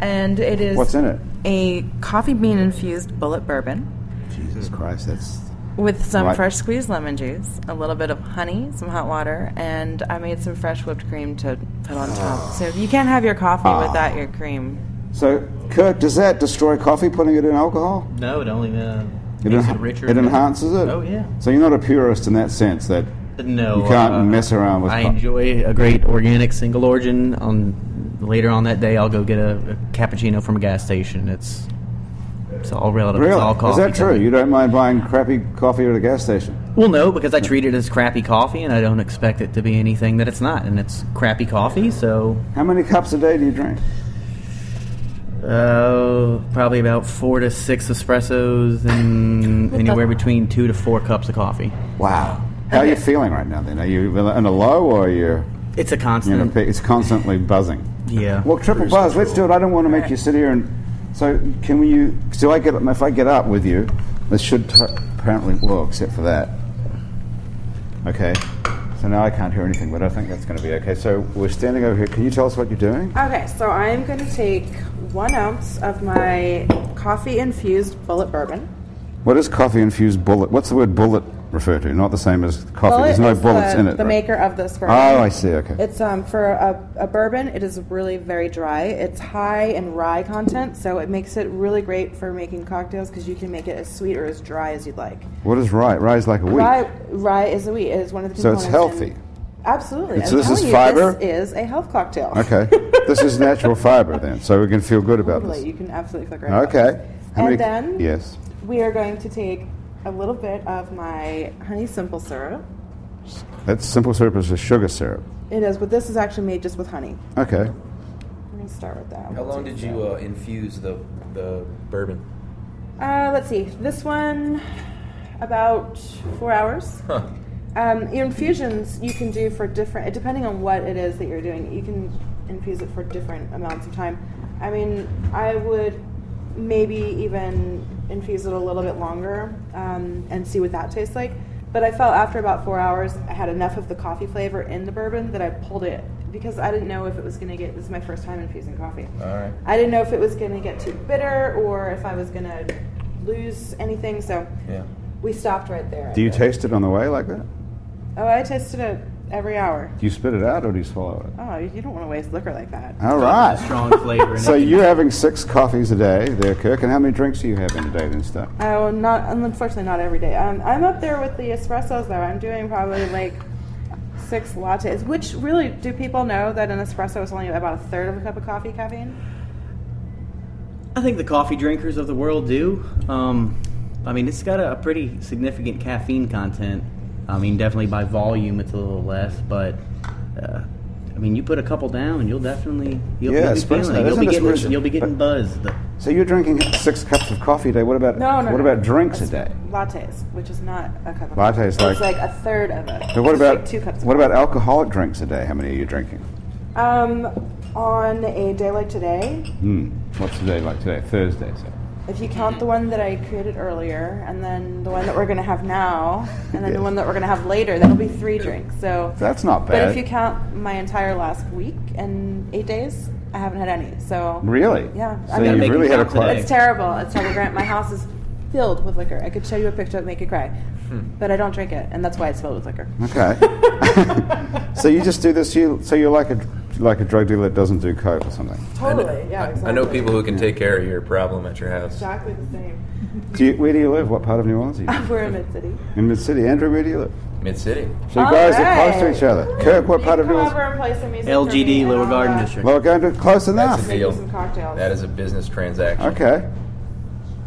Speaker 2: And it is
Speaker 1: What's in it?
Speaker 2: a coffee bean infused bullet bourbon
Speaker 1: Jesus
Speaker 3: Mm.
Speaker 1: Christ, that's
Speaker 2: with some
Speaker 1: Right.
Speaker 2: fresh squeezed lemon juice, a little bit of honey, some hot water, and I made some fresh whipped cream to put on top.
Speaker 1: Ah.
Speaker 2: So you can't have your coffee without your cream.
Speaker 1: so. Kirk, does that destroy coffee? Putting it in alcohol?
Speaker 3: No, it only uh,
Speaker 1: It,
Speaker 3: makes
Speaker 1: enha-
Speaker 3: it richer.
Speaker 1: it enhances it.
Speaker 3: Oh, yeah.
Speaker 1: So you're not a purist in that sense. That
Speaker 3: No,
Speaker 1: You can't
Speaker 3: uh,
Speaker 1: mess around with
Speaker 3: I
Speaker 1: pop-
Speaker 3: enjoy a great organic single origin. On later on that day, I'll go get a, a cappuccino from a gas station. It's it's all relative. It's all
Speaker 1: really
Speaker 3: coffee
Speaker 1: is that true?
Speaker 3: to me.
Speaker 1: You don't mind buying crappy coffee at a gas station?
Speaker 3: Well, no, because I treat it as crappy coffee, and I don't expect it to be anything that it's not. And it's crappy coffee, so
Speaker 1: How many cups a day do you drink?
Speaker 3: uh, probably about four to six espressos, and anywhere between two to four cups of coffee.
Speaker 1: Wow. How are you feeling right now? Then are you in a low or are you?
Speaker 3: It's a
Speaker 1: You know,
Speaker 3: constant.
Speaker 1: it's constantly buzzing.
Speaker 3: yeah.
Speaker 1: Well, triple buzz. Let's do it. I don't want to make you sit here and. So can we? You, so I get if I get up with you, this should t- apparently well, except for that. Okay. So now I can't hear anything, but I think that's going to be okay. So we're standing over here. Can you tell us what you're doing?
Speaker 2: Okay, so I'm going to take one ounce of my coffee infused bullet bourbon.
Speaker 1: What is coffee infused bullet? What's the word bullet refer to? Not the same as coffee. There's no
Speaker 2: is
Speaker 1: bullets
Speaker 2: the,
Speaker 1: in it.
Speaker 2: The
Speaker 1: right?
Speaker 2: maker of this bourbon.
Speaker 1: Oh, I see. Okay.
Speaker 2: It's um for a, a bourbon. It is really very dry. It's high in rye content, so it makes it really great for making cocktails because you can make it as sweet or as dry as you'd like.
Speaker 1: what is rye? Rye is like a wheat.
Speaker 2: Rye rye is a wheat. It is one of the
Speaker 1: So it's
Speaker 2: components in-
Speaker 1: healthy.
Speaker 2: absolutely.
Speaker 1: It's-
Speaker 2: I'm
Speaker 1: this is
Speaker 2: telling you,
Speaker 1: fiber?
Speaker 2: This is a health cocktail.
Speaker 1: Okay. this is natural fiber then, so we can feel good about
Speaker 2: Totally.
Speaker 1: this.
Speaker 2: You can absolutely feel great. about this.
Speaker 1: Okay. How many-
Speaker 2: and then
Speaker 1: yes.
Speaker 2: we are going to take a little bit of my honey simple syrup.
Speaker 1: That simple syrup is a sugar syrup.
Speaker 2: It is, but this is actually made just with honey.
Speaker 1: Okay.
Speaker 2: I'm gonna start with that.
Speaker 4: How long did you uh, infuse the the bourbon?
Speaker 2: Uh, let's see. This one, about four hours.
Speaker 4: Huh.
Speaker 2: Um, your infusions you can do for different, depending on what it is that you're doing, you can infuse it for different amounts of time. I mean, I would maybe even infuse it a little bit longer um, and see what that tastes like. But I felt after about four hours, I had enough of the coffee flavor in the bourbon that I pulled it because I didn't know if it was going to get. This is my first time infusing coffee.
Speaker 4: All right.
Speaker 2: I didn't know if it was going to get too bitter or if I was going to lose anything, so
Speaker 4: Yeah.
Speaker 2: we stopped right there.
Speaker 1: Do you taste it on the way like that?
Speaker 2: oh, I tasted it every hour.
Speaker 1: Do you spit it out or do you swallow it?
Speaker 2: Oh, you don't want to waste liquor like that.
Speaker 1: All right.
Speaker 3: strong flavor. In
Speaker 1: So
Speaker 3: it.
Speaker 1: you're having six coffees a day there, Kirk. And how many drinks are you having a day then, Stuck?
Speaker 2: Oh, not unfortunately not every day. Um, I'm up there with the espressos though. I'm doing probably like six lattes. Which really, do people know that an espresso is only about a third of a cup of coffee caffeine?
Speaker 3: I think the coffee drinkers of the world do. Um, I mean, it's got a, a pretty significant caffeine content. I mean, definitely by volume, it's a little less, but uh, I mean, you put a couple down, you'll definitely you'll,
Speaker 1: Yeah,
Speaker 3: you'll be
Speaker 1: espresso.
Speaker 3: feeling it. You'll
Speaker 1: Isn't
Speaker 3: be getting
Speaker 1: espresso-
Speaker 3: you'll be getting buzzed.
Speaker 1: So you're drinking six cups of coffee a day. What about
Speaker 2: No, no.
Speaker 1: what
Speaker 2: no.
Speaker 1: about drinks a
Speaker 2: Es-
Speaker 1: day?
Speaker 2: Lattes, which is not a cup of
Speaker 1: Lattes,
Speaker 2: coffee.
Speaker 1: like-
Speaker 2: it's like a third of it.
Speaker 1: But what
Speaker 2: It's like
Speaker 1: about
Speaker 2: two cups? Of
Speaker 1: what about alcoholic drinks a day? How many are you drinking?
Speaker 2: Um, on a day like today,
Speaker 1: Hmm. What's the day like today? Thursday. So.
Speaker 2: if you
Speaker 1: Mm-hmm.
Speaker 2: count the one that I created earlier, and then the one that we're gonna have now, and then
Speaker 1: Yes.
Speaker 2: the one that we're gonna have later, that'll be three drinks. So
Speaker 1: That's not
Speaker 2: But
Speaker 1: bad.
Speaker 2: if you count my entire last week and eight days, I haven't had any. So
Speaker 1: Really?
Speaker 2: Yeah,
Speaker 1: So
Speaker 2: I mean-
Speaker 1: you
Speaker 3: Make
Speaker 1: really
Speaker 3: it
Speaker 1: had a
Speaker 3: count today.
Speaker 1: quite.
Speaker 2: it's terrible. It's terrible. Grant, my house is filled with liquor. I could show you a picture that make you cry,
Speaker 1: Hmm.
Speaker 2: but I don't drink it, and that's why it's filled with liquor.
Speaker 1: Okay. so you just do this. You so you're like a like a drug dealer that doesn't do coke or something.
Speaker 2: Totally. Yeah. Exactly.
Speaker 4: I know people who can take care of your problem at your house.
Speaker 2: Exactly the same.
Speaker 1: Do you, where do you live? What part of New Orleans? Are you?
Speaker 2: We're in mid city.
Speaker 1: In Mid City. Andrew, where do you live?
Speaker 4: Mid City.
Speaker 1: So you guys are close to
Speaker 2: Alright.
Speaker 1: each other. Kirk, what
Speaker 2: You
Speaker 1: part of
Speaker 2: come
Speaker 1: New
Speaker 2: over and play some music for me,
Speaker 3: LGD
Speaker 2: and
Speaker 3: Lower
Speaker 2: I'll,
Speaker 3: Garden
Speaker 2: uh,
Speaker 3: District.
Speaker 1: Well, going to close
Speaker 4: That's
Speaker 1: enough.
Speaker 4: a
Speaker 2: Make
Speaker 4: deal.
Speaker 2: you some cocktails.
Speaker 4: That is a business transaction.
Speaker 1: Okay.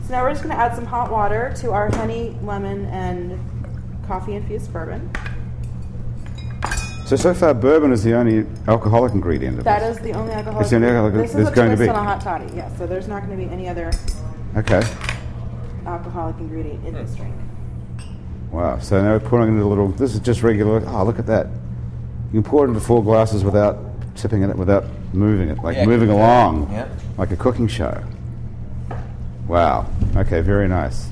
Speaker 2: So now we're just going to add some hot water to our honey, lemon, and coffee infused bourbon.
Speaker 1: So so far, bourbon is the only alcoholic ingredient of
Speaker 2: That
Speaker 1: this.
Speaker 2: is the only alcoholic.
Speaker 1: It's the only alcoholic
Speaker 2: This is
Speaker 1: there's
Speaker 2: a
Speaker 1: going to
Speaker 2: twist
Speaker 1: be.
Speaker 2: on a hot toddy. Yeah, so there's not going to be any other
Speaker 1: Okay.
Speaker 2: alcoholic ingredient in
Speaker 3: Hmm.
Speaker 2: this drink.
Speaker 1: Wow. So now we're pouring into a little. This is just regular. Oh, look at that. You can pour it into four glasses without sipping it, without moving it, like
Speaker 4: Yeah,
Speaker 1: moving
Speaker 4: exactly.
Speaker 1: along,
Speaker 4: Yep.
Speaker 1: like a cooking show. Wow. Okay. Very nice.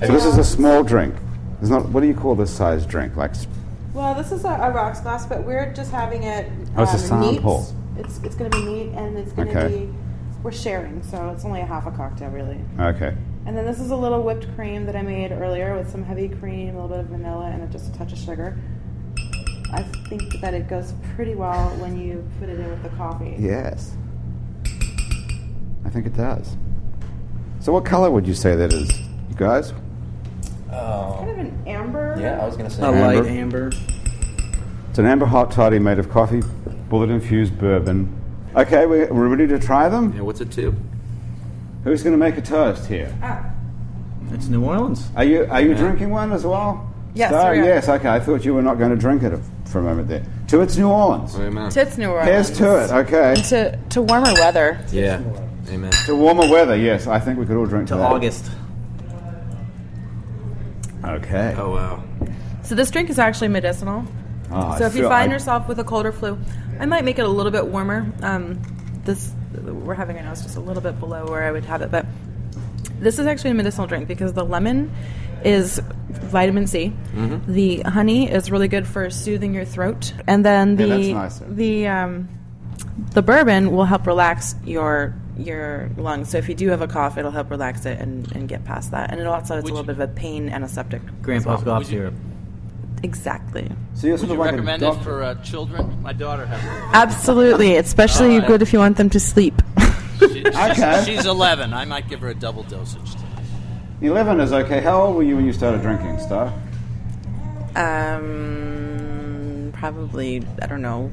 Speaker 1: So this is a small drink. It's not. What do you call this size drink? Like s-
Speaker 2: Well, this is a, a rocks glass, but we're just having it.
Speaker 1: Oh, it's a
Speaker 2: um, neat.
Speaker 1: sample.
Speaker 2: It's it's going to be neat, and it's going to
Speaker 1: Okay.
Speaker 2: be we're sharing, so it's only a half a cocktail really.
Speaker 1: okay.
Speaker 2: And then this is a little whipped cream that I made earlier with some heavy cream, a little bit of vanilla, and just a touch of sugar. I think that it goes pretty well when you put it in with the coffee.
Speaker 1: Yes. I think it does. So what color would you say that is, you guys?
Speaker 2: Kind of an amber.
Speaker 4: Yeah, I was gonna say.
Speaker 3: A
Speaker 1: Amber.
Speaker 3: light amber.
Speaker 1: It's an amber hot toddy made of coffee, bullet infused bourbon. Okay, we're we're ready to try them.
Speaker 4: Yeah, what's it to?
Speaker 1: Who's going to make a toast here?
Speaker 2: Ah,
Speaker 3: It's New Orleans.
Speaker 1: Are you are you drinking one as well?
Speaker 2: Yes,
Speaker 1: Star?
Speaker 2: we are.
Speaker 1: yes. Okay, I thought you were not going to drink it for a moment there. To its New Orleans.
Speaker 4: Amen.
Speaker 2: Tits New Orleans.
Speaker 1: Here's to it. Okay.
Speaker 2: To, to warmer weather.
Speaker 4: Yeah. Amen.
Speaker 1: To warmer weather. Yes, I think we could all drink
Speaker 3: To
Speaker 1: that.
Speaker 3: August.
Speaker 1: Okay.
Speaker 4: Oh wow.
Speaker 2: So this drink is actually medicinal.
Speaker 1: Oh, I
Speaker 2: so if you
Speaker 1: feel-
Speaker 2: find
Speaker 1: I-
Speaker 2: yourself with a cold or flu, I might make it a little bit warmer. Um, this we're having right now is just a little bit below where I would have it, but this is actually a medicinal drink because the lemon is vitamin C.
Speaker 1: Mm-hmm.
Speaker 2: The honey is really good for soothing your throat, and then
Speaker 1: Yeah,
Speaker 2: the
Speaker 1: that's nicer.
Speaker 2: the um, the bourbon will help relax your your lungs. So if you do have a cough, it'll help relax it and, and get past that. And it also it's
Speaker 5: Would
Speaker 2: a little
Speaker 5: you-
Speaker 2: bit of a pain antiseptic. as
Speaker 3: Grandpa's
Speaker 2: well.
Speaker 3: cough
Speaker 5: Would you-
Speaker 3: syrup.
Speaker 2: Exactly.
Speaker 1: So you're
Speaker 5: Would
Speaker 1: sort
Speaker 5: you
Speaker 1: of like a
Speaker 5: recommend it
Speaker 1: doctor.
Speaker 5: for uh, children? My daughter has
Speaker 2: Absolutely, especially
Speaker 5: Alright.
Speaker 2: good if you want them to sleep.
Speaker 5: it. She- she's,
Speaker 1: Okay.
Speaker 5: she's 11. I might give her a double dosage. tonight.
Speaker 1: 11 is okay. How old were you when you started drinking, Star?
Speaker 2: um, probably I don't know.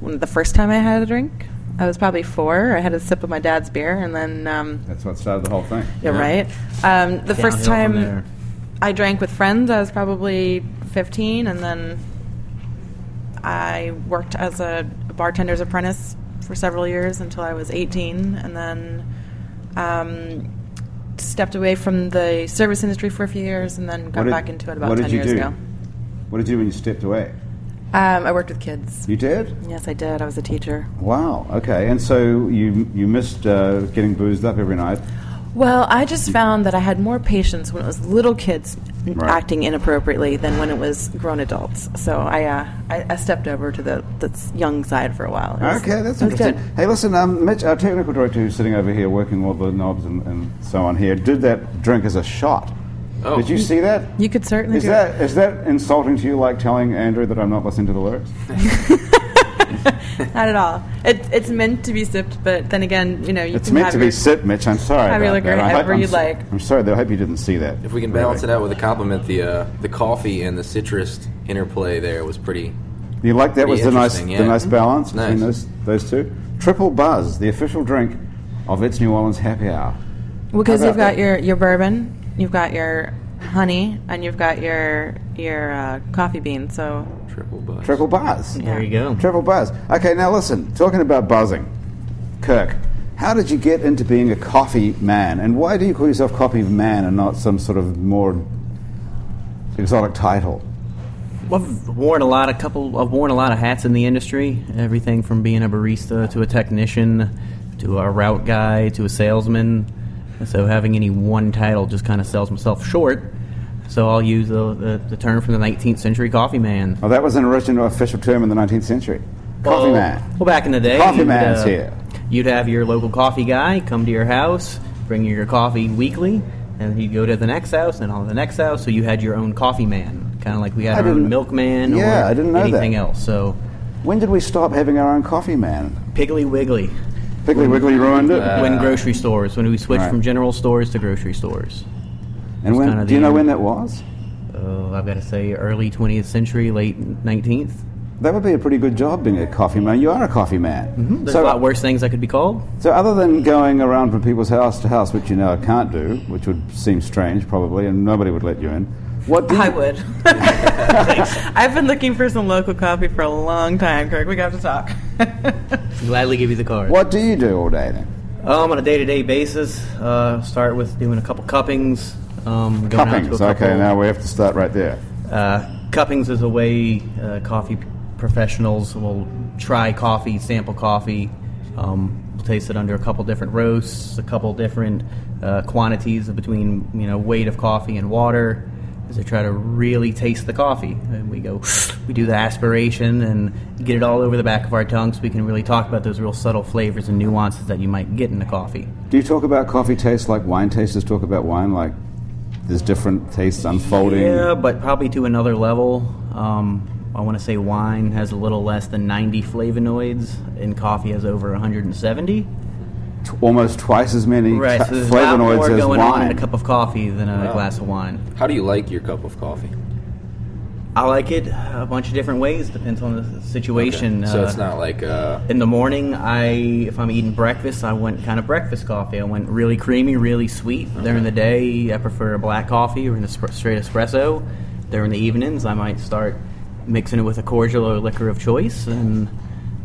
Speaker 2: When the first time I had a drink, I was probably four. I had a sip of my dad's beer, and then um,
Speaker 1: That's what started the whole thing.
Speaker 2: yeah, right. Um, the first
Speaker 3: Downhill from
Speaker 2: time
Speaker 3: there.
Speaker 2: I drank with friends, I was probably fifteen, and then I worked as a bartender's apprentice for several years until I was 18, and then um, stepped away from the service industry for a few years, and then got
Speaker 1: did-
Speaker 2: back into it about
Speaker 1: what
Speaker 2: 10
Speaker 1: did you
Speaker 2: years
Speaker 1: do?
Speaker 2: ago.
Speaker 1: What did you do when you stepped away?
Speaker 2: Um, I worked with kids.
Speaker 1: You did?
Speaker 2: Yes, I did. I was a teacher.
Speaker 1: Wow. Okay. And so you you missed uh, getting boozed up every night.
Speaker 2: Well, I just found that I had more patience when it was little kids n-
Speaker 1: Right.
Speaker 2: acting inappropriately than when it was grown adults. So I, uh, I, I stepped over to the, the s- young side for a while. It was-
Speaker 1: Okay, that's
Speaker 2: it was
Speaker 1: interesting.
Speaker 2: good.
Speaker 1: Hey, listen, um, Mitch, our technical director who's sitting over here working all the knobs and, and so on here, did that drink as a shot.
Speaker 4: Oh.
Speaker 1: Did you see that?
Speaker 2: You could certainly
Speaker 1: Is
Speaker 2: do
Speaker 1: that is that insulting to you, like telling Andrew that I'm not listening to the lyrics?
Speaker 2: it. Not at all. It, it's meant to be sipped, but then again, you know, you
Speaker 1: It's
Speaker 2: can
Speaker 1: meant
Speaker 2: have
Speaker 1: to be
Speaker 2: your-
Speaker 1: sip, Mitch. I'm sorry.
Speaker 2: have your
Speaker 1: about
Speaker 2: liquor
Speaker 1: that. I
Speaker 2: however
Speaker 1: I'm
Speaker 2: you'd
Speaker 1: s-
Speaker 2: like.
Speaker 1: I'm sorry. Though, I hope you didn't see that.
Speaker 4: If we can balance it out with a compliment, the uh, the coffee and the citrus interplay there was pretty.
Speaker 1: You like that was the nice,
Speaker 4: Interesting,
Speaker 1: the
Speaker 4: yeah.
Speaker 1: nice balance between
Speaker 4: Nice.
Speaker 1: those those two. Triple Buzz, the official drink of It's New Orleans Happy Hour.
Speaker 2: Because
Speaker 1: How
Speaker 2: you've
Speaker 1: about
Speaker 2: got your, your bourbon, you've got your honey, and you've got your your uh, coffee bean. So
Speaker 4: Triple buzz.
Speaker 1: Triple Buzz.
Speaker 3: There you go.
Speaker 1: Triple Buzz. Okay, now listen. Talking about buzzing, Kirk. How did you get into being a coffee man, and why do you call yourself coffee man and not some sort of more exotic title?
Speaker 3: I've worn a lot, a couple. I've worn a lot of hats in the industry. Everything from being a barista to a technician, to a route guy to a salesman. So having any one title just kind of sells myself short. So I'll use the, the, the term from the 19th century coffee man.
Speaker 1: Well, that was an original official term in the 19th century. Coffee
Speaker 3: Well-
Speaker 1: man.
Speaker 3: Well, back in the day,
Speaker 1: Coffee
Speaker 3: you'd, uh,
Speaker 1: man's here.
Speaker 3: You'd have your local coffee guy come to your house, bring you your coffee weekly, and he'd go to the next house and on to the next house. So you had your own coffee man, kind of like we
Speaker 1: I
Speaker 3: had our
Speaker 1: didn't-
Speaker 3: own milkman
Speaker 1: Yeah,
Speaker 3: or
Speaker 1: I didn't know that.
Speaker 3: anything else. So
Speaker 1: When did we stop having our own coffee man?
Speaker 3: Piggly Wiggly
Speaker 1: Piggly Wiggly ruined it.
Speaker 3: when grocery stores when we switched
Speaker 1: Uh, Right.
Speaker 3: from general stores to grocery stores.
Speaker 1: and when?
Speaker 3: kinda
Speaker 1: Do you
Speaker 3: the
Speaker 1: know when
Speaker 3: end.
Speaker 1: that was?
Speaker 3: oh, I've got to say, early 20th century, late 19th.
Speaker 1: That would be a pretty good job being a coffee man. You are a coffee man.
Speaker 3: Mm-hmm. There's
Speaker 1: So,
Speaker 3: a lot worse things I could be called.
Speaker 1: so other than going around from people's house to house, which you know I can't do, which would seem strange probably, and nobody would let you in. What do you,
Speaker 2: I would. I've been looking for some local coffee for a long time, Kirk. We got to talk.
Speaker 3: Gladly give you the card.
Speaker 1: What do you do all day then?
Speaker 3: Um, on a day-to-day basis, uh, start with doing a couple cuppings. Um, going out to a
Speaker 1: Cuppings.
Speaker 3: couple,
Speaker 1: Okay, now we have to start right there.
Speaker 3: Uh, cuppings is a way uh, coffee professionals will try coffee, sample coffee, um, taste it under a couple different roasts, a couple different uh, quantities of between you know weight of coffee and water, as they try to really taste the coffee. And we go, we do the aspiration and get it all over the back of our tongue, so we can really talk about those real subtle flavors and nuances that you might get in a coffee.
Speaker 1: Do you talk about coffee tastes like wine tasters talk about wine? Like there's different tastes unfolding?
Speaker 3: Yeah, but probably to another level. Um, I want to say wine has a little less than 90 flavonoids, and coffee has over 170.
Speaker 1: T- almost twice as many
Speaker 3: Right,
Speaker 1: ta-
Speaker 3: so there's a lot more
Speaker 1: flavonoids as
Speaker 3: going on
Speaker 1: wine.
Speaker 3: in a cup of coffee than a
Speaker 4: Wow.
Speaker 3: glass of wine.
Speaker 4: How do you like your cup of coffee?
Speaker 3: I like it a bunch of different ways, depends on the situation.
Speaker 4: so
Speaker 3: Uh,
Speaker 4: it's not like uh,
Speaker 3: in the morning i if i'm eating breakfast i want kind of breakfast coffee i want really creamy really sweet during the day i prefer a black coffee or an esp- straight espresso during the evenings i might start mixing it with a cordial or liquor of choice and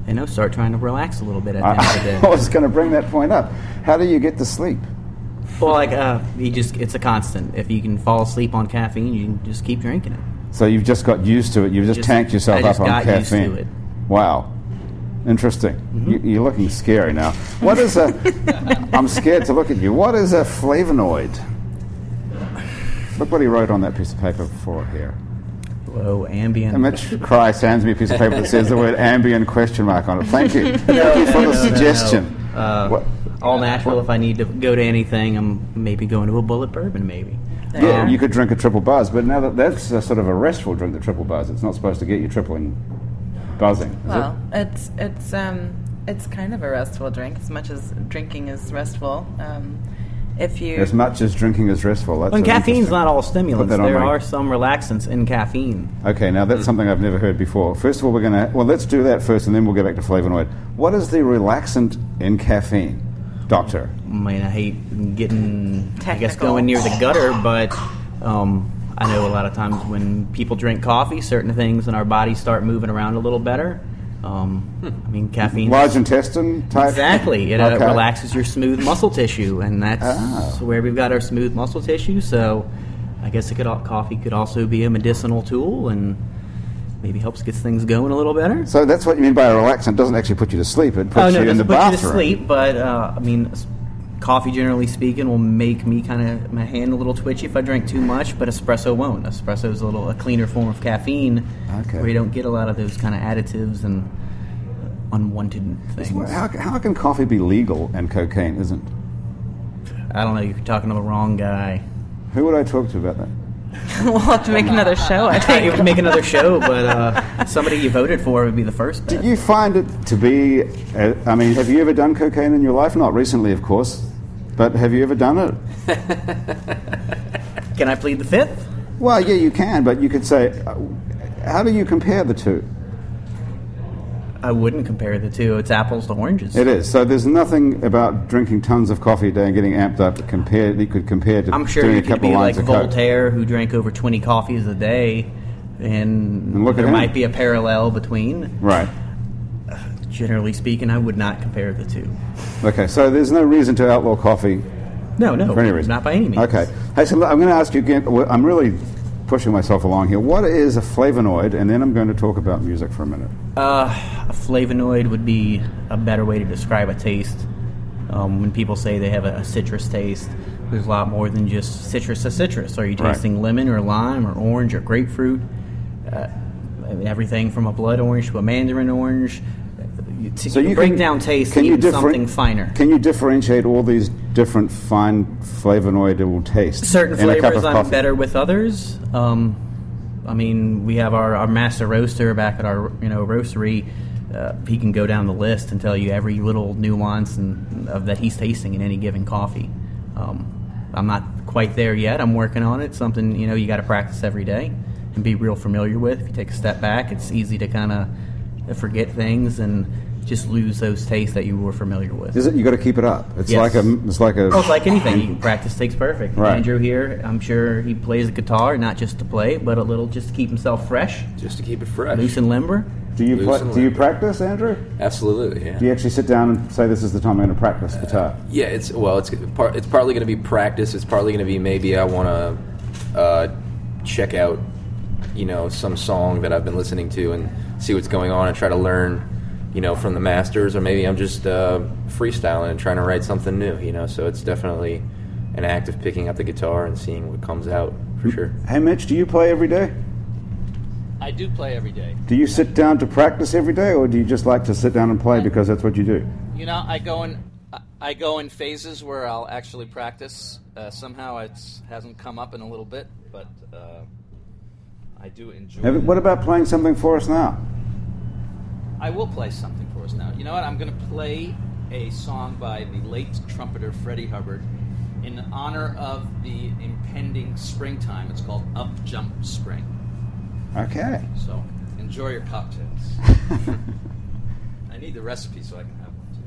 Speaker 3: you know start trying to relax a little bit at the end
Speaker 1: I,
Speaker 3: of
Speaker 1: I
Speaker 3: the day
Speaker 1: was going to bring that point up. How do you get to sleep?
Speaker 3: well like uh, you just it's a constant if you can fall asleep on caffeine you can just keep drinking it
Speaker 1: So you've just got used to it. You've just,
Speaker 3: Just-
Speaker 1: tanked yourself
Speaker 3: I
Speaker 1: up
Speaker 3: just
Speaker 1: on
Speaker 3: got used to
Speaker 1: caffeine.
Speaker 3: it. Mm-hmm.
Speaker 1: Wow, interesting. You, you're looking scary now. What is a? I'm scared to look at you. What is a flavonoid? Look what he wrote on that piece of paper before here.
Speaker 3: low ambient
Speaker 1: And Mitch Christ hands me a piece of paper that says the word ambient question mark on it. Thank you. Thank you for the
Speaker 3: no, no.
Speaker 1: suggestion.
Speaker 3: Uh,
Speaker 1: What-
Speaker 3: all natural if i need to go to anything i'm maybe going to a bullet bourbon maybe
Speaker 1: Yeah, you could drink a triple buzz, but now that that's a sort of a restful drink, the triple buzz. It's not supposed to get you tripling buzzing. is
Speaker 2: well, it's it's um it's kind of a restful drink, as much as drinking is restful. Um, if you
Speaker 1: it? As much as drinking is restful. That's an
Speaker 3: And caffeine's
Speaker 1: interesting-
Speaker 3: not all stimulants.
Speaker 1: Put that on
Speaker 3: There
Speaker 1: my-
Speaker 3: are some relaxants in caffeine.
Speaker 1: Okay, now
Speaker 3: Mm.
Speaker 1: that's something I've never heard before. First of all, we're going to. Well, let's do that first, and then we'll go back to flavonoid. What is the relaxant in caffeine, doctor?
Speaker 3: I mean, I hate getting, I guess,
Speaker 2: Technical.
Speaker 3: going near the gutter, but um, I know a lot of times when people drink coffee, certain things in our bodies start moving around a little better. Um, I mean, caffeine.
Speaker 1: Large intestine type?
Speaker 3: Exactly. It uh,
Speaker 1: Okay.
Speaker 3: relaxes your smooth muscle tissue, and that's
Speaker 1: Ah.
Speaker 3: where we've got our smooth muscle tissue. So, I guess it could al- coffee could also be a medicinal tool, and maybe helps gets things going a little better.
Speaker 1: So that's what you mean by a relaxant. It doesn't actually put you to sleep. It puts
Speaker 3: oh, no,
Speaker 1: you in the
Speaker 3: doesn't put you to
Speaker 1: bathroom.
Speaker 3: sleep, but uh, I mean, s- coffee generally speaking will make me kind of my hand a little twitchy if I drink too much, but espresso won't. Espresso is a little a cleaner form of caffeine,
Speaker 1: Okay.
Speaker 3: where you don't get a lot of those kind of additives and unwanted
Speaker 1: Well,
Speaker 3: things.
Speaker 1: How, how can coffee be legal and cocaine isn't?
Speaker 3: I don't know. You're talking to the wrong guy.
Speaker 1: Who would I talk to about that?
Speaker 2: we'll have to make another show. I
Speaker 3: Thought you
Speaker 2: think.
Speaker 3: would make another show, but uh, somebody you voted for would be the first.
Speaker 1: Did
Speaker 3: Bet.
Speaker 1: you find it to be? Uh, I mean, have you ever done cocaine in your life? Not recently, of course, but have you ever done it?
Speaker 3: Can I plead the fifth?
Speaker 1: Well, yeah, you can, but you could say, uh, how do you compare the two?
Speaker 3: I wouldn't compare the two. It's apples to oranges.
Speaker 1: It is so. There's nothing about drinking tons of coffee a day and getting amped up compared. You could compare to
Speaker 3: I'm sure
Speaker 1: doing
Speaker 3: you
Speaker 1: a
Speaker 3: could
Speaker 1: couple
Speaker 3: be like
Speaker 1: lines of coke.
Speaker 3: Voltaire, who drank over 20 coffees a day, and,
Speaker 1: And look at
Speaker 3: there
Speaker 1: him.
Speaker 3: might be a parallel between.
Speaker 1: Right.
Speaker 3: Generally speaking, I would not compare the two.
Speaker 1: Okay. So there's no reason to outlaw coffee
Speaker 3: No, no,
Speaker 1: for any reason.
Speaker 3: not by any means.
Speaker 1: Okay. Hey, so look, I'm going to ask you again. wh- I'm really pushing myself along here. What is a flavonoid? And then I'm going to talk about music for a minute.
Speaker 3: Uh, a flavonoid would be a better way to describe a taste. Um, when people say they have a, a citrus taste, there's a lot more than just citrus to citrus. Are you
Speaker 1: Right.
Speaker 3: tasting lemon or lime or orange or grapefruit? Uh, I mean, everything from a blood orange to a mandarin orange. You, so you, break down taste and even
Speaker 1: differen-
Speaker 3: something finer.
Speaker 1: Can you differentiate all these different fine flavonoidal tastes?
Speaker 3: Certain
Speaker 1: in a cup
Speaker 3: flavors
Speaker 1: of
Speaker 3: I'm
Speaker 1: coffee?
Speaker 3: better with others. Um, I mean, we have our, our master roaster back at our you know roastery. Uh, he can go down the list and tell you every little nuance and of that he's tasting in any given coffee. Um, I'm not quite there yet. I'm working on it. Something you know you got to practice every day and be real familiar with. If you take a step back, it's easy to kind of forget things and just lose those tastes that you were familiar with.
Speaker 1: Is it? You got to keep it up. It's
Speaker 3: Yes.
Speaker 1: like a. It's like a.
Speaker 3: Well, it's like anything. You- Practice takes perfect.
Speaker 1: Right.
Speaker 3: Andrew here, I'm sure he plays the guitar, not just to play, but a little just to keep himself fresh,
Speaker 4: just to keep it fresh.
Speaker 3: loose and limber.
Speaker 1: do you
Speaker 4: loose
Speaker 1: pla
Speaker 4: and
Speaker 1: do you
Speaker 4: loose.
Speaker 1: practice, Andrew?
Speaker 4: Absolutely, yeah.
Speaker 1: Do you actually sit down and say, "This is the time I'm going to practice guitar"?
Speaker 4: Yeah, it's well, it's part. It's partly going to be practice. It's partly going to be maybe I want to uh, check out, you know, some song that I've been listening to and see what's going on and try to learn, you know, from the masters. Or maybe I'm just uh, freestyling and trying to write something new. You know, so it's definitely an act of picking up the guitar and seeing what comes out for sure.
Speaker 1: Hey, Mitch, do you play every day?
Speaker 5: I do play every day.
Speaker 1: Do you sit down to practice every day, or do you just like to sit down and play because that's what you do?
Speaker 5: You know, I go in, I- I go in phases where I'll actually practice. Uh, somehow it hasn't come up in a little bit, but uh, I do enjoy.
Speaker 1: Have-
Speaker 5: it.
Speaker 1: What about playing something for us now?
Speaker 5: I will play something for us now. You know what? I'm going to play a song by the late trumpeter Freddie Hubbard in honor of the impending springtime. It's called Up Jump Spring.
Speaker 1: Okay.
Speaker 5: So enjoy your cocktails. I need the recipe so I can have one too.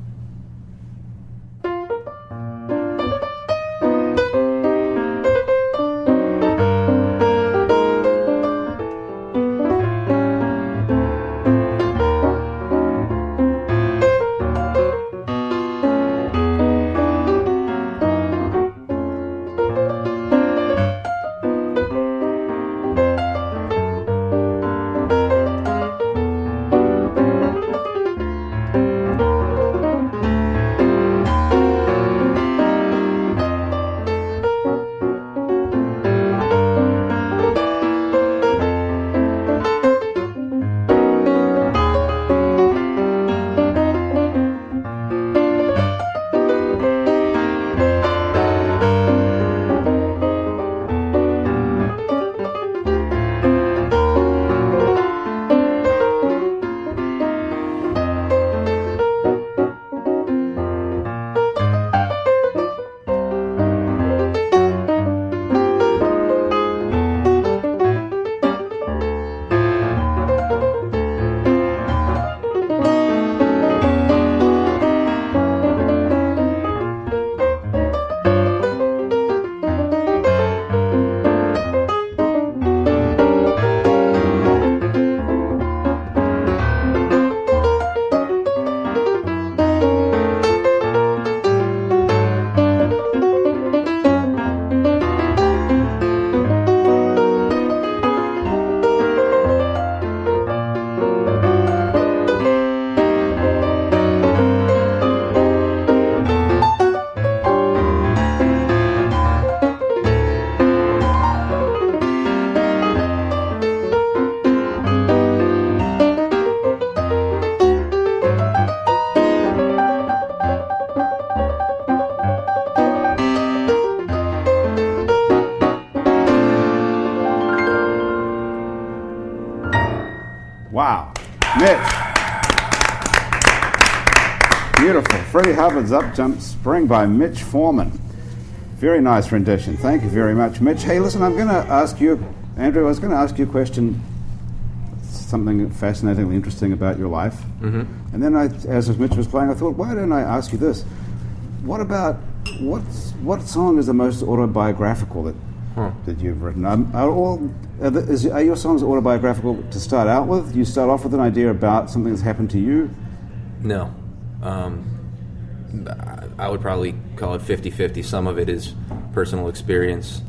Speaker 1: Wow. Mitch. Beautiful. Freddie Hubbard's Up Jump Spring by Mitch Foreman. Very nice rendition. Thank you very much, Mitch. Hey, listen, I'm going to ask you, Andrew, I was going to ask you a question, something fascinatingly interesting about your life. Mm-hmm. And then I, as Mitch was playing, I thought, why don't I ask you this? What about, what's, what song is the most autobiographical that, that you've written? Um, are, all, are, the, is, are your songs autobiographical to start out with? You start off with an idea about something that's happened to you?
Speaker 4: No. Um, I I would probably call it 50 50. Some of it is personal experience,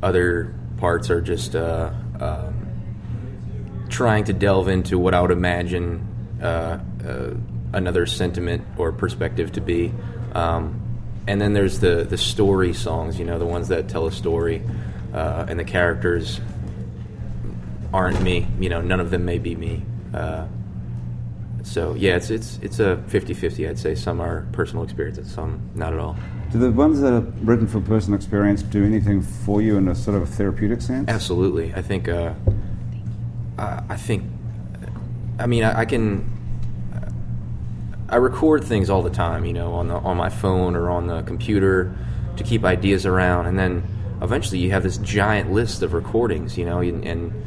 Speaker 4: other parts are just uh, um, trying to delve into what I would imagine uh, uh, another sentiment or perspective to be. Um, and then there's the, the story songs, you know, the ones that tell a story uh, and the characters aren't me. You know, none of them may be me. Uh, so yeah, it's it's it's a 50-50, I'd say. Some are personal experiences, some not at all.
Speaker 1: Do the ones that are written for personal experience do anything for you in a sort of a therapeutic sense?
Speaker 4: Absolutely, I think. Uh, I, I think. I mean, I, I can. I record things all the time, you know, on the on my phone or on the computer to keep ideas around, and then eventually you have this giant list of recordings, you know, and, and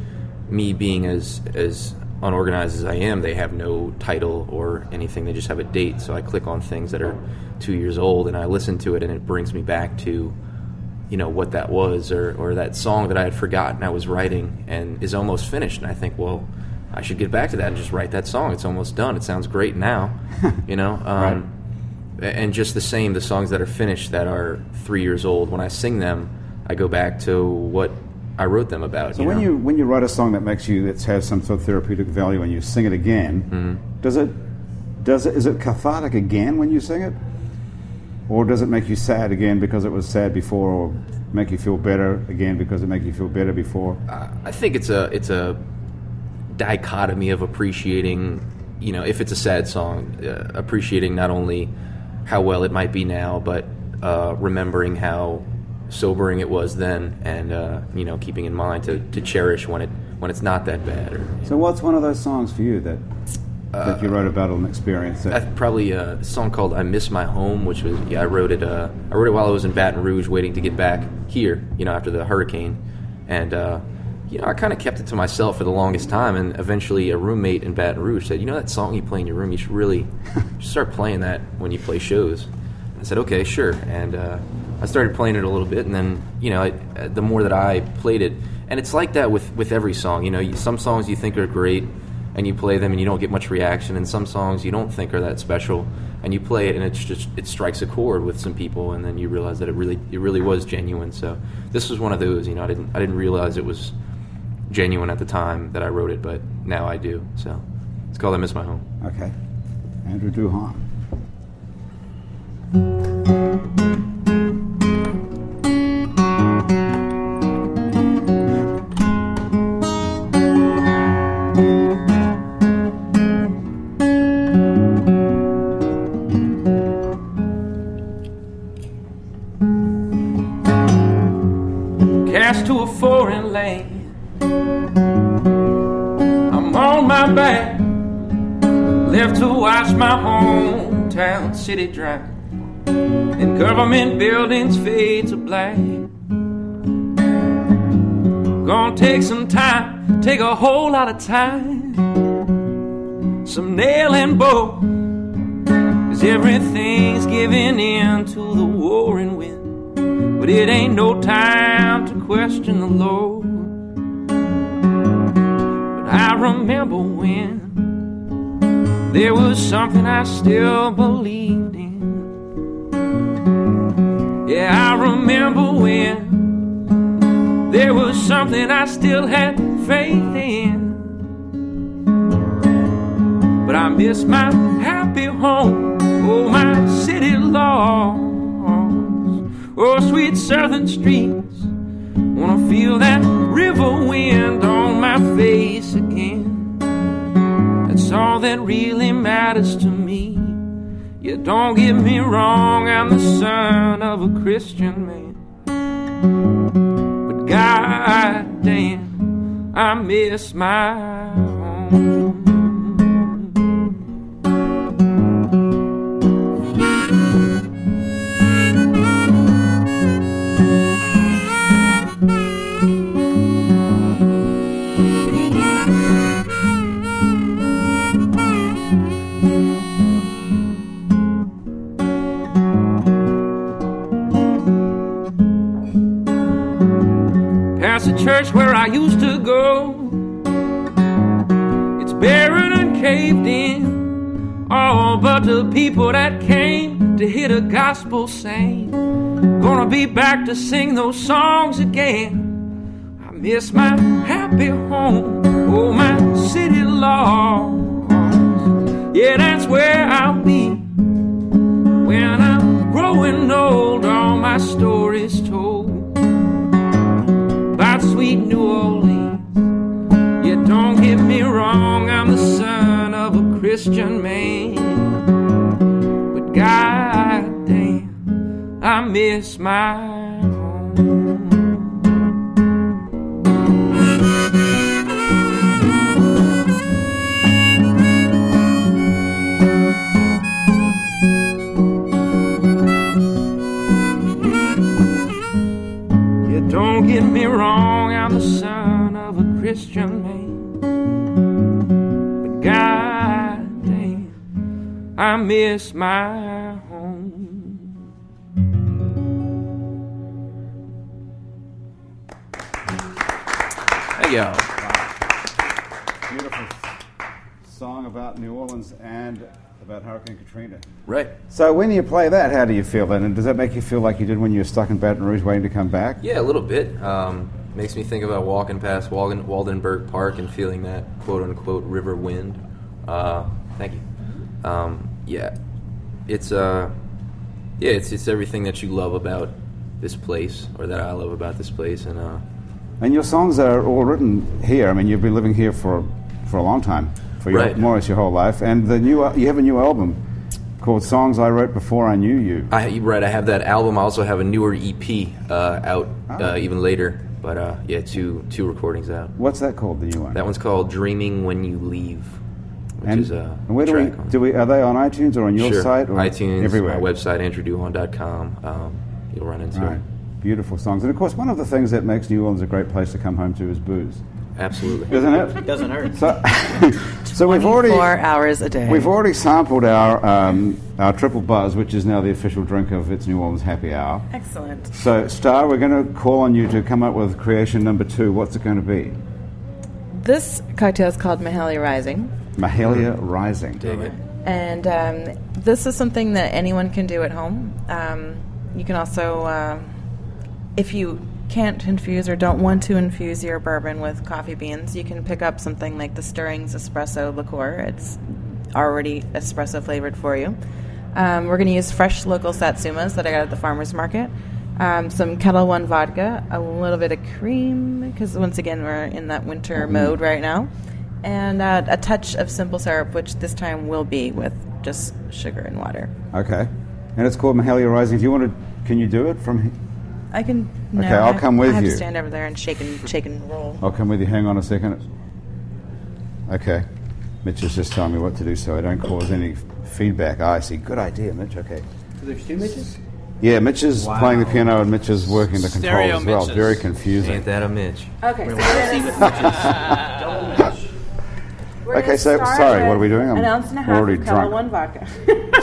Speaker 4: me being as as unorganized as I am, they have no title or anything. They just have a date. So I click on things that are two years old and I listen to it, and it brings me back to you know what that was or or that song that I had forgotten I was writing and is almost finished. And I think, well, I should get back to that and just write that song. It's almost done. It sounds great now, you know. Um, a- And just the same, the songs that are finished that are three years old. When I sing them, I go back to what I wrote them about.
Speaker 1: So when
Speaker 4: know?
Speaker 1: you when you write a song that makes you that has some sort of therapeutic value and you sing it again, does it does it is it cathartic again when you sing it, or does it make you sad again because it was sad before, or make you feel better again because it make you feel better before?
Speaker 4: I think it's a it's a dichotomy of appreciating, you know, if it's a sad song, uh, appreciating not only how well it might be now, but uh, remembering how sobering it was then, and uh, you know, keeping in mind to, to cherish when it when it's not that bad. Or
Speaker 1: So what's one of those songs for you that that you wrote about an experience? That,
Speaker 4: I, probably uh, a song called "I Miss My Home," which was yeah, I wrote it. Uh, I wrote it while I was in Baton Rouge, waiting to get back here, you know, after the hurricane, and uh, you know, I kind of kept it to myself for the longest time. And eventually, a roommate in Baton Rouge said, "You know that song you play in your room? You should really you should start playing that when you play shows." I said, "Okay, sure," and uh, I started playing it a little bit, and then you know, I, uh, the more that I played it, and it's like that with with every song. You know, you, some songs you think are great and you play them and you don't get much reaction and some songs you don't think are that special and you play it and it's just it strikes a chord with some people and then you realize that it really it really was genuine so this was one of those you know I didn't I didn't realize it was genuine at the time that I wrote it but now I do so it's called I miss my home
Speaker 1: okay, Andrew Duhan.
Speaker 6: cast to a foreign land. I'm on my back, left to watch my hometown city drown, and government buildings fade to black. Gonna take some time, take a whole lot of time, some nail and bolt, 'cause everything's giving in to the warring wind. But it ain't no time to question the Lord. But I remember when there was something I still believed in. Yeah, I remember when there was something I still had faith in. But I miss my happy home, oh, my city lawns. Oh, sweet southern streets. Wanna feel that river wind on my face again. That's all that really matters to me. Yeah, don't get me wrong, I'm the son of a Christian man. But goddamn, I miss my home. past the church where I used to go. It's buried and caved in. All but the people that came to hear the gospel sang. Gonna be back to sing those songs again. I miss my happy home, oh my city lawns. Yeah, that's where I'll be when I'm growing old. All my stories told by sweet New Orleans. Yeah, don't get me wrong, I'm the son of a Christian man. But goddamn, I miss my home. Yeah, I miss my home.
Speaker 4: There you go.
Speaker 1: Beautiful song about New Orleans and about Hurricane Katrina.
Speaker 4: Right.
Speaker 1: So when you play that, how do you feel then? And does that make you feel like you did when you were stuck in Baton Rouge waiting to come back?
Speaker 4: Yeah, a little bit. Um, makes me think about walking past Walden, Waldenburg Park and feeling that quote unquote river wind. Uh, thank you. Um, yeah, it's uh, yeah, it's it's everything that you love about this place, or that I love about this place, and uh,
Speaker 1: And your songs are all written here. I mean, you've been living here for for a long time, for your,
Speaker 4: Right.
Speaker 1: more or less your whole life. And the new you have a new album called "Songs I Wrote Before I Knew You."
Speaker 4: I you're right. I have that album. I also have a newer EP uh, out
Speaker 1: Ah.
Speaker 4: uh, even later, but uh, yeah, two two recordings out.
Speaker 1: What's that called? The new one.
Speaker 4: That one's called "Dreaming When You Leave," which
Speaker 1: and,
Speaker 4: is a
Speaker 1: and where do we
Speaker 4: track on-
Speaker 1: do we are they on iTunes or on your
Speaker 4: sure.
Speaker 1: site or
Speaker 4: iTunes,
Speaker 1: everywhere?
Speaker 4: my website, andrewdoohan.com. Um, you'll run into
Speaker 1: All
Speaker 4: it.
Speaker 1: right. Beautiful songs. And of course, one of the things that makes New Orleans a great place to come home to is booze,
Speaker 4: Absolutely.
Speaker 1: isn't it?
Speaker 3: Doesn't hurt.
Speaker 1: So, so we've already
Speaker 2: Four hours a day.
Speaker 1: We've already sampled our um, our triple buzz, which is now the official drink of its New Orleans Happy Hour.
Speaker 2: Excellent.
Speaker 1: So, Star, we're going to call on you to come up with creation number two. What's it going to be?
Speaker 2: This cocktail is called Mahalia Rising.
Speaker 1: Mahalia Rising.
Speaker 4: Dig it.
Speaker 2: And um, this is something that anyone can do at home. Um, you can also, uh, if you can't infuse or don't want to infuse your bourbon with coffee beans, you can pick up something like the Stirrings Espresso Liqueur. It's already espresso flavored for you. Um, we're going to use fresh local satsumas that I got at the farmer's market, um, some Kettle One vodka, a little bit of cream, because once again, we're in that winter mode right now and uh, a touch of simple syrup, which this time will be with just sugar and water.
Speaker 1: Okay. And it's called Mahalia Rising. Do you want to? Can you do it from? he-
Speaker 2: I can. No,
Speaker 1: Okay, I'll
Speaker 2: I-
Speaker 1: come with
Speaker 2: I have
Speaker 1: you.
Speaker 2: to stand over there and shake and shake and roll.
Speaker 1: I'll come with you. Oh, Hang on a second. Okay. Mitch is just telling me what to do so I don't cause any feedback. Ah, I see. Good idea, Mitch. Okay.
Speaker 3: There's two Mitches?
Speaker 1: Yeah, Mitch is playing the piano and Mitch is working the controls
Speaker 5: Stereo
Speaker 1: as well.
Speaker 5: Mitches.
Speaker 1: Very confusing.
Speaker 4: Ain't that a Mitch?
Speaker 2: Okay, so
Speaker 3: See with Mitches.
Speaker 1: Okay, gonna so- start sorry, what are we doing? I'm
Speaker 2: an ounce and a half
Speaker 1: already
Speaker 2: of Kettle
Speaker 1: drunk.
Speaker 2: One vodka.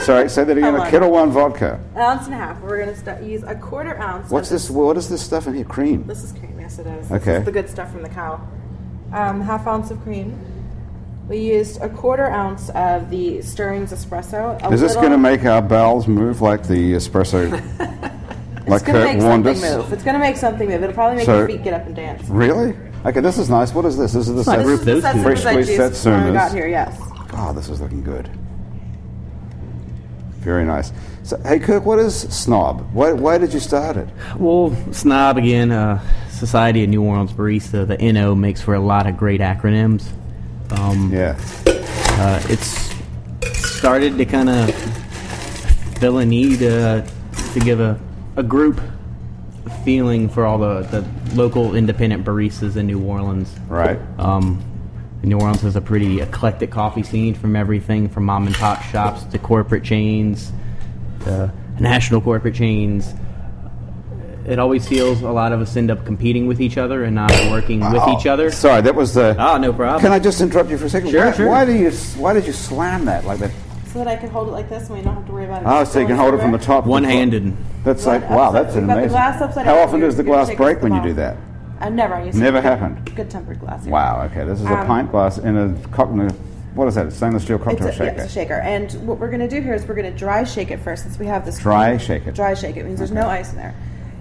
Speaker 1: Sorry, say that again.
Speaker 2: Hold
Speaker 1: A
Speaker 2: on.
Speaker 1: kettle one vodka.
Speaker 2: an ounce and a half. We're gonna st- use a quarter ounce.
Speaker 1: What's
Speaker 2: of
Speaker 1: this? What is this stuff in here? Cream.
Speaker 2: This is cream. Yes, it is.
Speaker 1: Okay.
Speaker 2: This is the good stuff from the cow. Um, half ounce of cream. We used a quarter ounce of the Stirrings espresso. a
Speaker 1: Is this
Speaker 2: little-
Speaker 1: going to make our bowels move like the espresso? like uh,
Speaker 2: It's gonna
Speaker 1: Kurt
Speaker 2: make
Speaker 1: warned us.
Speaker 2: something move. It's gonna make something move. It'll probably make
Speaker 1: So-
Speaker 2: your feet get up and dance.
Speaker 1: Really? Okay, this is nice. What is this? This is the
Speaker 3: not
Speaker 1: set-
Speaker 3: as
Speaker 2: This is the
Speaker 3: those two.
Speaker 2: satsumas
Speaker 1: fresh
Speaker 2: I
Speaker 1: squeezed
Speaker 2: juiced when we got
Speaker 1: satsumas.
Speaker 2: here. Yes.
Speaker 1: Oh, this is looking good. Very nice. So, hey, Kirk, what is snob? Why, why did you start it?
Speaker 3: Well, snob again. Uh, Society of New Orleans Barista, the NO, makes for a lot of great acronyms. Um,
Speaker 1: Yeah.
Speaker 3: uh, it's started to kind of fill a need uh, to give a, a group feeling for all the, the local independent baristas in New Orleans.
Speaker 1: Right.
Speaker 3: Um, New Orleans has a pretty eclectic coffee scene from everything from mom and pop shops to corporate chains, to national corporate chains. It always feels a lot of us end up competing with each other and not working
Speaker 1: Oh,
Speaker 3: with each other.
Speaker 1: Sorry, that was the.
Speaker 3: Ah, no problem.
Speaker 1: Can I just interrupt you for a second?
Speaker 3: Sure,
Speaker 1: why,
Speaker 3: sure.
Speaker 1: Why do you? s- Why did you slam that like that?
Speaker 2: So that I can hold it like this, and we don't have to worry about it.
Speaker 1: Oh, so you can hold it from the top. to the
Speaker 3: One-handed.
Speaker 1: bottom. That's like wow,
Speaker 2: upside-
Speaker 1: that's an
Speaker 2: we've got the
Speaker 1: amazing.
Speaker 2: glass upside
Speaker 1: How
Speaker 2: down,
Speaker 1: often
Speaker 2: you're-
Speaker 1: does the
Speaker 2: you're
Speaker 1: glass
Speaker 2: shaking
Speaker 1: break
Speaker 2: the
Speaker 1: when you
Speaker 2: bottom.
Speaker 1: do that?
Speaker 2: I never. I used
Speaker 1: Never
Speaker 2: to
Speaker 1: happened.
Speaker 2: Good tempered glass.
Speaker 1: Wow. Okay, this is a
Speaker 2: Um,
Speaker 1: pint glass in a cocktail. What is that? A stainless steel
Speaker 2: It's
Speaker 1: cocktail
Speaker 2: a,
Speaker 1: shaker.
Speaker 2: yeah, it's a shaker. And what we're going to do here is we're going to dry shake it first, since we have this
Speaker 1: Dry
Speaker 2: cream.
Speaker 1: shake it.
Speaker 2: Dry shake it means there's no ice in there,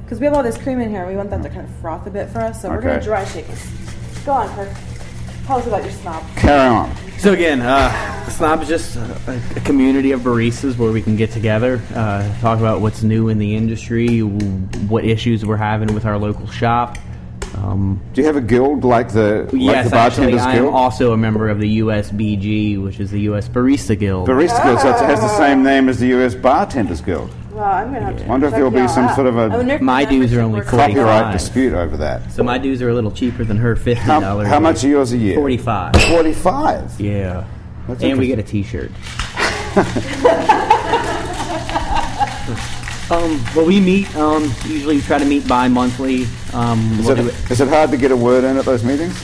Speaker 2: because we have all this cream in here. We want that to kind of froth a bit for us, so we're going
Speaker 1: Okay.
Speaker 2: to dry shake it. Go on, Kirk. Tell us about your snob.
Speaker 1: Carry on.
Speaker 3: So again, uh, Snob is just a, a community of baristas where we can get together, uh, talk about what's new in the industry, what issues we're having with our local shop. Um,
Speaker 1: Do you have a guild like the like
Speaker 3: yes,
Speaker 1: the bartenders
Speaker 3: actually, I am
Speaker 1: guild?
Speaker 3: also a member of the USBG, which is the US Barista Guild.
Speaker 1: Barista Guild, so it has the same
Speaker 2: Ah.
Speaker 1: name as the U.S. Bartenders Guild.
Speaker 2: Well, I'm going to have to.
Speaker 1: Wonder if there'll be some sort of a
Speaker 2: Oh,
Speaker 3: My dues are only Forty-five.
Speaker 1: Copyright dispute over that.
Speaker 3: so my dues are a little cheaper than her, fifty
Speaker 1: How,
Speaker 3: dollars.
Speaker 1: how much are yours a year?
Speaker 3: Forty-five.
Speaker 1: Forty-five.
Speaker 3: Yeah,
Speaker 1: That's
Speaker 3: and we
Speaker 1: interesting.
Speaker 3: get a T-shirt. um, well, we meet. Um, usually, we try to meet bi-monthly. Um,
Speaker 1: Is
Speaker 3: we'll do
Speaker 1: it, is it hard to get a word in at those meetings?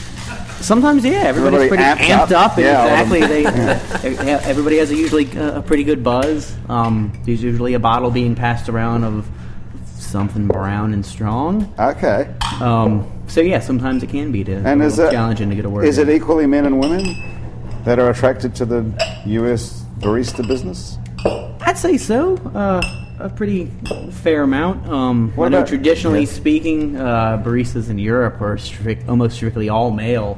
Speaker 3: Sometimes, yeah, everybody's
Speaker 1: Everybody
Speaker 3: pretty
Speaker 1: amped
Speaker 3: amped
Speaker 1: up.
Speaker 3: up.
Speaker 1: Yeah, all of
Speaker 3: exactly.
Speaker 1: them.
Speaker 3: They, they- everybody has a usually uh, a pretty good buzz. Um, there's usually a bottle being passed around of something brown and strong.
Speaker 1: Okay.
Speaker 3: Um, so yeah, sometimes it can be to,
Speaker 1: And
Speaker 3: a
Speaker 1: is
Speaker 3: little
Speaker 1: it
Speaker 3: challenging to get a word.
Speaker 1: Is
Speaker 3: in.
Speaker 1: it equally men and women that are attracted to the U.S. barista business?
Speaker 3: I'd say so. Uh, a pretty fair amount. Um,
Speaker 1: What
Speaker 3: I know
Speaker 1: about-
Speaker 3: traditionally
Speaker 1: yeah.
Speaker 3: speaking, uh, baristas in Europe are strict, almost strictly all male.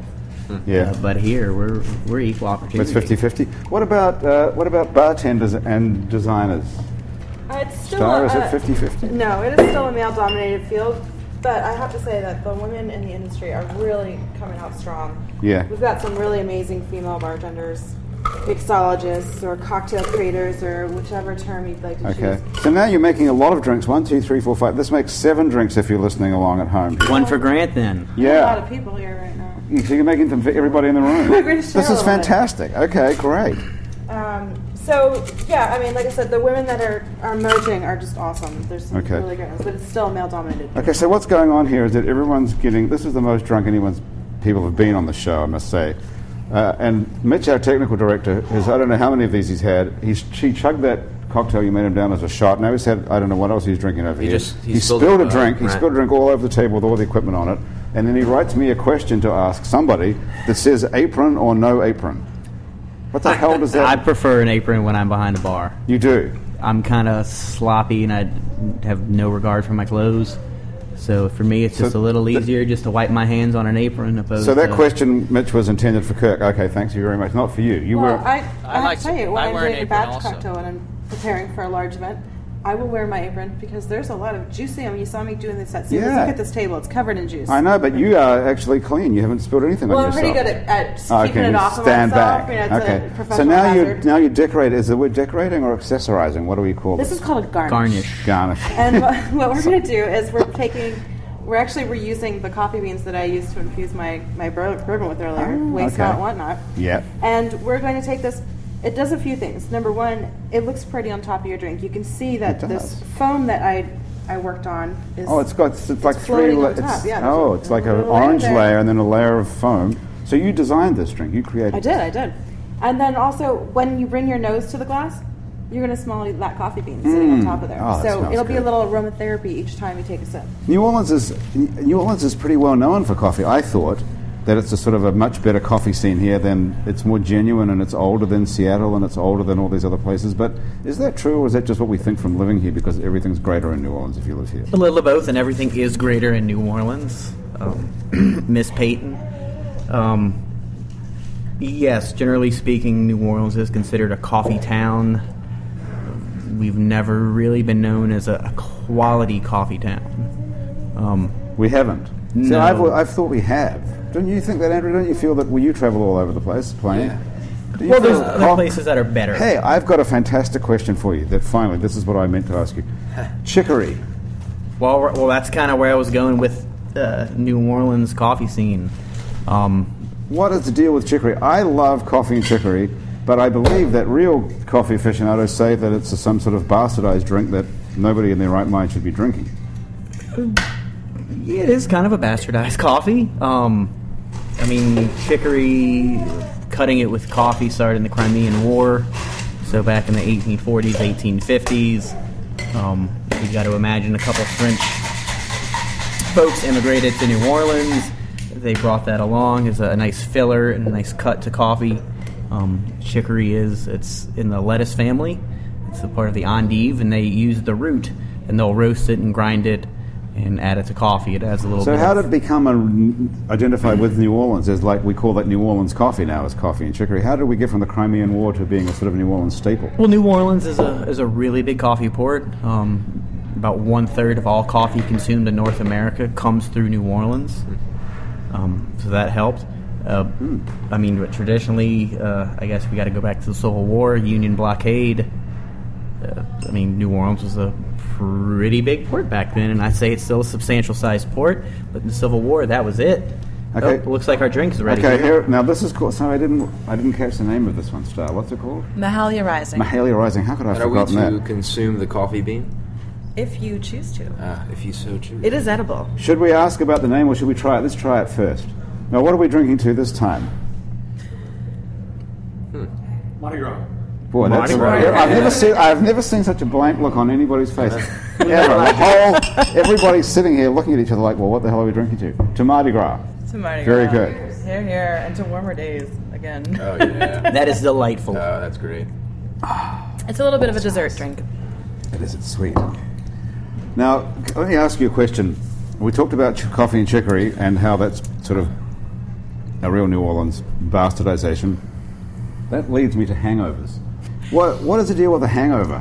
Speaker 1: Yeah.
Speaker 3: Uh, but here we're we're equal opportunity.
Speaker 1: It's 50-50. What about uh, what about bartenders and designers?
Speaker 2: It's still
Speaker 1: Star, is it
Speaker 2: a-
Speaker 1: 50-50?
Speaker 2: No, it is still a male-dominated field, but I have to say that the women in the industry are really coming out strong.
Speaker 1: Yeah.
Speaker 2: we've got some really amazing female bartenders, mixologists, or cocktail creators, or whichever term you'd like to
Speaker 1: Okay.
Speaker 2: choose.
Speaker 1: So now you're making a lot of drinks. One, two, three, four, five. This makes seven drinks if you're listening along at home.
Speaker 3: One for Grant then.
Speaker 2: A lot
Speaker 1: Yeah.
Speaker 2: of people here right now.
Speaker 1: So you're making them for everybody in the room.
Speaker 2: We're gonna share
Speaker 1: This is
Speaker 2: a lot.
Speaker 1: fantastic. Okay, great.
Speaker 2: Um, so yeah, I mean, like I said, the women that are are merging are just awesome. There's some
Speaker 1: Okay.
Speaker 2: really great ones, but it's still male dominated.
Speaker 1: Okay, so what's going on here is that everyone's getting. This is the most drunk anyone's people have been on the show, I must say. Uh, and Mitch, our technical director, has I don't know how many of these he's had. He's, she chugged that cocktail you made him down as a shot. Now he's had I don't know what else he's drinking over
Speaker 4: He
Speaker 1: here.
Speaker 4: just-
Speaker 1: he,
Speaker 4: he
Speaker 1: spilled,
Speaker 4: spilled
Speaker 1: a
Speaker 4: it, uh,
Speaker 1: drink. He
Speaker 4: right.
Speaker 1: spilled a drink all over the table with all the equipment on it. And then he writes me a question to ask somebody that says apron or no apron. What the hell does
Speaker 3: I
Speaker 1: that?
Speaker 3: prefer an apron when I'm behind the bar.
Speaker 1: you do.
Speaker 3: I'm kind of sloppy and I have no regard for my clothes. So for me, it's just
Speaker 1: So
Speaker 3: a little
Speaker 1: th-
Speaker 3: easier just to wipe my hands on an apron. Opposed
Speaker 1: So that
Speaker 3: to,
Speaker 1: question, Mitch, was intended for Kirk. Okay, thanks you very much. Not for you. You were.
Speaker 2: Well, I, I, have
Speaker 5: like
Speaker 2: to tell you,
Speaker 5: to-
Speaker 2: when
Speaker 5: I
Speaker 2: I'm
Speaker 5: wear an
Speaker 2: doing a
Speaker 5: apron
Speaker 2: batch
Speaker 5: also.
Speaker 2: cocktail and I'm preparing for a large event, I will wear my apron because there's a lot of juice. I mean, you saw me doing this at Soon as you
Speaker 1: Yeah.
Speaker 2: look at this table; it's covered in juice.
Speaker 1: I know, but you are actually clean. You haven't spilled anything
Speaker 2: Well,
Speaker 1: on
Speaker 2: I'm
Speaker 1: yourself.
Speaker 2: pretty good at, at keeping
Speaker 1: Oh, okay,
Speaker 2: it
Speaker 1: you
Speaker 2: off of
Speaker 1: stand
Speaker 2: myself.
Speaker 1: back.
Speaker 2: You know, it's a
Speaker 1: okay.
Speaker 2: professional
Speaker 1: So now you
Speaker 2: hazard.
Speaker 1: now you decorate. Is the word decorating or accessorizing? What do we call
Speaker 2: this is called a garnish.
Speaker 3: garnish.
Speaker 1: garnish?
Speaker 2: And what, what we're going to do is we're taking, we're actually reusing the coffee beans that I used to infuse my my bur- bourbon with earlier,
Speaker 1: Ah,
Speaker 2: waste
Speaker 1: okay.
Speaker 2: not, want not.
Speaker 1: yeah.
Speaker 2: And we're going to take this. It does a few things. Number one, it looks pretty on top of your drink. You can see that
Speaker 1: It does.
Speaker 2: this foam that I I worked on is.
Speaker 1: Oh, it's got it's, like three.
Speaker 2: floating on
Speaker 1: layers.
Speaker 2: top, yeah, there's
Speaker 1: oh,
Speaker 2: a-
Speaker 1: it's like
Speaker 2: a
Speaker 1: an
Speaker 2: little layer
Speaker 1: orange
Speaker 2: there.
Speaker 1: layer and then a layer of foam. So you designed this drink. You created.
Speaker 2: I did, I did. And then also, when you bring your nose to the glass, you're going to smell that coffee bean sitting on top of there.
Speaker 1: Oh, that
Speaker 2: so
Speaker 1: smells
Speaker 2: it'll be a
Speaker 1: good.
Speaker 2: little aromatherapy each time you take a sip.
Speaker 1: New Orleans is New Orleans is pretty well known for coffee. I thought that it's a sort of a much better coffee scene here than it's more genuine and it's older than Seattle and it's older than all these other places. But is that true, or is that just what we think from living here? Because everything's greater in New Orleans if you live here.
Speaker 3: A little of both, and everything is greater in New Orleans. Um, Miss Peyton. Um, yes, generally speaking, New Orleans is considered a coffee town. We've never really been known as a, a quality coffee town. Um,
Speaker 1: We haven't. So
Speaker 3: No.
Speaker 1: I've, I've thought we have. Don't you think that, Andrew? Don't you feel that? Well, you travel all over the place playing. Do you
Speaker 3: well,
Speaker 1: feel
Speaker 3: there's
Speaker 1: that
Speaker 3: other
Speaker 1: coff-
Speaker 3: places that are better.
Speaker 1: Hey, I've got a fantastic question for you. That finally, this is what I meant to ask you. Chicory.
Speaker 3: Well, we're- well, that's kind of where I was going with the New Orleans coffee scene. Um,
Speaker 1: What is the deal with chicory? I love coffee and chicory, but I believe that real coffee aficionados say that it's a, some sort of bastardized drink that nobody in their right mind should be drinking.
Speaker 3: Yeah, it is kind of a bastardized coffee. Um, I mean, chicory, cutting it with coffee started in the Crimean War. So back in the 1840s, 1850s, um, you got to imagine a couple French folks immigrated to New Orleans. They brought that along as a nice filler and a nice cut to coffee. Um, chicory is it's in the lettuce family. It's a part of the endive, and they use the root and they'll roast it and grind it and add it to coffee. It adds a little.
Speaker 1: So
Speaker 3: bit
Speaker 1: how
Speaker 3: of-
Speaker 1: did it become a, identified with New Orleans as like we call that New Orleans coffee now is coffee and chicory? How did we get from the Crimean War to being a sort of New Orleans staple?
Speaker 3: Well, New Orleans is a is a really big coffee port. Um, about one third of all coffee consumed in North America comes through New Orleans, um, so that helped. Uh, I mean, but traditionally, uh, I guess we got to go back to the Civil War, Union blockade. Uh, I mean, New Orleans was a pretty big port back then, and I'd say it's still a substantial sized port. But in the Civil War, that was it.
Speaker 1: Okay.
Speaker 3: Oh, looks like our drink is ready.
Speaker 1: Okay, here now this is called. Sorry, I didn't I didn't catch the name of this one, Star. What's it called?
Speaker 2: Mahalia Rising,
Speaker 1: Mahalia Rising. How could I have
Speaker 4: Are we
Speaker 1: forgotten
Speaker 4: to
Speaker 1: that?
Speaker 4: consume the coffee bean?
Speaker 2: if you choose to.
Speaker 4: Uh, if you so choose.
Speaker 2: It is edible.
Speaker 1: Should we ask about the name or should we try it? Let's try it first. Now, what are we drinking to this time?
Speaker 7: Hmm. Mardi Gras.
Speaker 1: Boy, that's
Speaker 7: Mardi Gras.
Speaker 1: I've never seen I've never seen such a blank look on anybody's face ever. The whole everybody's sitting here looking at each other like, well, what the hell are we drinking to? To Mardi Gras.
Speaker 8: To Mardi
Speaker 1: Very
Speaker 8: Gras.
Speaker 1: good.
Speaker 8: Here, here, and to warmer days again.
Speaker 4: Oh yeah.
Speaker 3: That is delightful.
Speaker 4: oh, that's great.
Speaker 8: It's a little bit of a dessert drink.
Speaker 1: It is. It's sweet. Now, c- let me ask you a question. We talked about ch- coffee and chicory and how that's sort of a real New Orleans bastardization. That leads me to hangovers. What What is the deal with a hangover?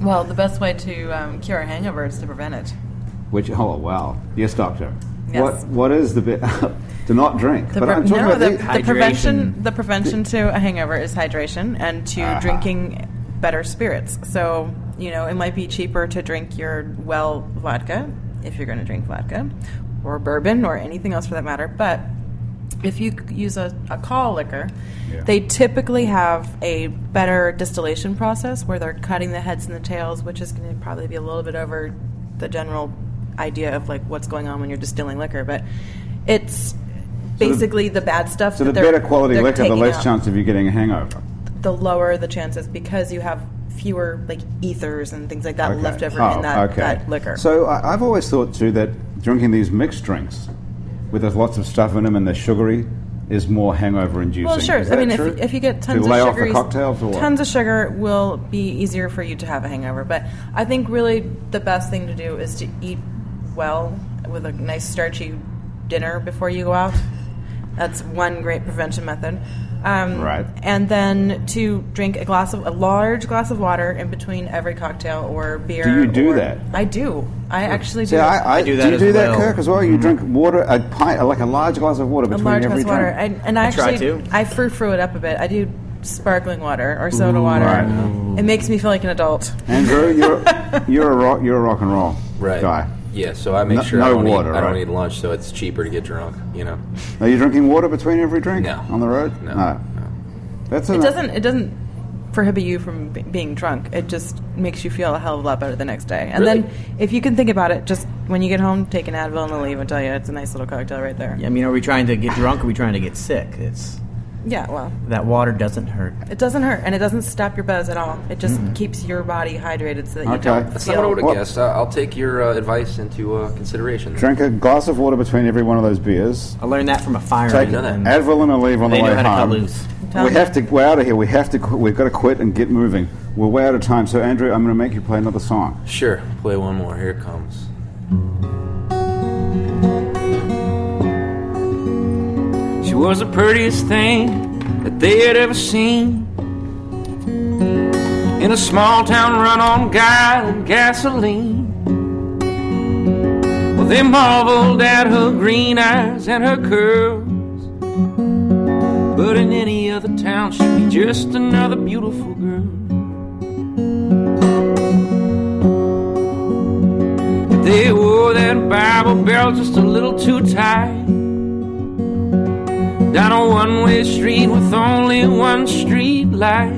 Speaker 8: Well, the best way to um, cure a hangover is to prevent it.
Speaker 1: Which oh wow, yes, doctor.
Speaker 8: Yes.
Speaker 1: What What is the bit? do not drink.
Speaker 8: The
Speaker 1: but
Speaker 8: pre-
Speaker 1: I'm talking
Speaker 8: no,
Speaker 1: about
Speaker 8: the,
Speaker 1: the-
Speaker 8: the prevention. The prevention to a hangover is hydration and to
Speaker 1: Ah.
Speaker 8: drinking better spirits. So you know it might be cheaper to drink your well vodka if you're going to drink vodka, or bourbon or anything else for that matter. But if you c- use a, a call liquor,
Speaker 1: Yeah.
Speaker 8: they typically have a better distillation process where they're cutting the heads and the tails, which is going to probably be a little bit over the general idea of like what's going on when you're distilling liquor. But it's basically the, bad stuff.
Speaker 1: so
Speaker 8: that
Speaker 1: the
Speaker 8: they're-
Speaker 1: better quality
Speaker 8: they're
Speaker 1: liquor, the
Speaker 8: taking
Speaker 1: less
Speaker 8: out.
Speaker 1: chance of you getting a hangover.
Speaker 8: The lower the chances because you have fewer like ethers and things like that
Speaker 1: Okay.
Speaker 8: left over
Speaker 1: Oh,
Speaker 8: in that,
Speaker 1: okay.
Speaker 8: that liquor.
Speaker 1: So I, I've always thought too that drinking these mixed drinks, where there's lots of stuff in them and they're sugary, is more hangover inducing.
Speaker 8: Well, sure.
Speaker 1: Is
Speaker 8: I
Speaker 1: that
Speaker 8: mean, if,
Speaker 1: true?
Speaker 8: if you get tons
Speaker 1: to lay
Speaker 8: of
Speaker 1: off
Speaker 8: sugary,
Speaker 1: the cocktails or what?
Speaker 8: tons of sugar will be easier for you to have a hangover. But I think really the best thing to do is to eat well with a nice starchy dinner before you go out. That's one great prevention method. Um,
Speaker 1: Right.
Speaker 8: And then to drink a glass of a large glass of water in between every cocktail or beer.
Speaker 1: Do you do
Speaker 8: or-
Speaker 1: that?
Speaker 8: I do. I actually do.
Speaker 1: See, I, I,
Speaker 3: do that
Speaker 1: you
Speaker 3: as
Speaker 1: do that,
Speaker 3: well.
Speaker 1: Kirk, as well? You drink water, a pint, like a large glass of water
Speaker 8: Mm-hmm. a
Speaker 1: between
Speaker 8: large glass
Speaker 1: every
Speaker 8: of water,
Speaker 1: drink.
Speaker 8: and, and I,
Speaker 3: I try
Speaker 8: actually
Speaker 3: to.
Speaker 8: I frou frou it up a bit. I do sparkling water or soda water.
Speaker 1: right.
Speaker 8: It makes me feel like an adult.
Speaker 1: Andrew, you're you're a rock, you're a rock and roll
Speaker 4: Right.
Speaker 1: guy.
Speaker 4: Yeah. So I make
Speaker 1: No-
Speaker 4: sure I
Speaker 1: no
Speaker 4: don't
Speaker 1: water,
Speaker 4: eat, I don't
Speaker 1: right?
Speaker 4: eat lunch, so it's cheaper to get drunk. You know.
Speaker 1: Are you drinking water between every drink
Speaker 4: No.
Speaker 1: on the road?
Speaker 4: No.
Speaker 1: That's
Speaker 8: It doesn't it doesn't prohibit you from b- being drunk. It just makes you feel a hell of a lot better the next day. And
Speaker 4: Really?
Speaker 8: then if you can think about it, just when you get home, take an Advil and I'll leave and tell you it's a nice little cocktail right there.
Speaker 3: I mean, are we trying to get drunk? Or are we trying to get sick? It's
Speaker 8: Yeah, well,
Speaker 3: that water doesn't hurt.
Speaker 8: it doesn't hurt and it doesn't stop your buzz at all. It just keeps your body hydrated so that you
Speaker 1: Okay.
Speaker 8: don't
Speaker 1: That's
Speaker 4: That's not what I
Speaker 8: feel
Speaker 4: would
Speaker 1: Well-
Speaker 4: have guessed. I, I'll take your uh, advice into uh, consideration.
Speaker 1: Drink a glass of water between every one of those beers.
Speaker 3: I learned that from a
Speaker 1: Take
Speaker 3: fireman.
Speaker 4: know that.
Speaker 3: and
Speaker 1: Advil and a leave on
Speaker 3: They
Speaker 1: the way
Speaker 3: know how to cut
Speaker 1: home.
Speaker 3: loose.
Speaker 8: Tell
Speaker 1: we
Speaker 8: me.
Speaker 1: have to. We're out of here. We have to. Qu- we've got to quit and get moving. We're way out of time. So Andrew, I'm going to make you play another song.
Speaker 4: Sure. Play one more. Here it comes.
Speaker 6: She was the prettiest thing that they had ever seen. In a small town run on guile and gasoline. Well, they marveled at her green eyes and her curls. But in any other town, she'd be just another beautiful girl. But they wore that Bible belt just a little too tight down a one-way street with only one street light.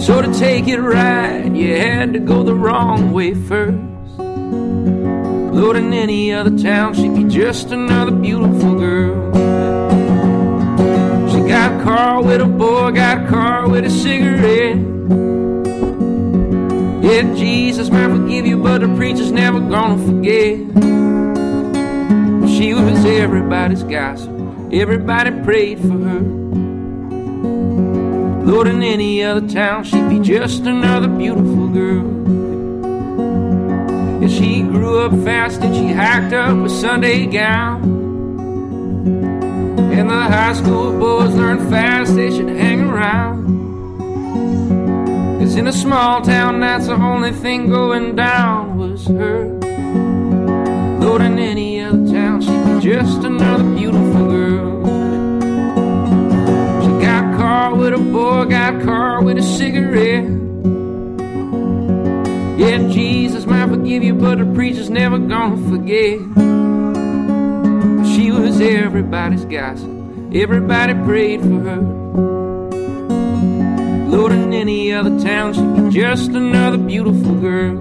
Speaker 6: So to take it right, you had to go the wrong way first. Lord, in any other town, she'd be just another beautiful girl. She got a car with a boy, got a car with a cigarette. Yeah, Jesus might forgive you, but the preacher's never gonna forget. She was everybody's gossip. Everybody prayed for her. Lord, in any other town, she'd be just another beautiful girl. And she grew up fast and she hacked up a Sunday gown. And the high school boys learned fast they should hang around. Cause in a small town, that's the only thing going down was her. Lord, in any other town, she'd be just another beautiful girl. She got a car with a boy, got a car with a cigarette. Yeah, Jesus might forgive you, but the preacher's never gonna forget. She was everybody's gossip, everybody prayed for her. Lord, in any other town, she'd be just another beautiful girl.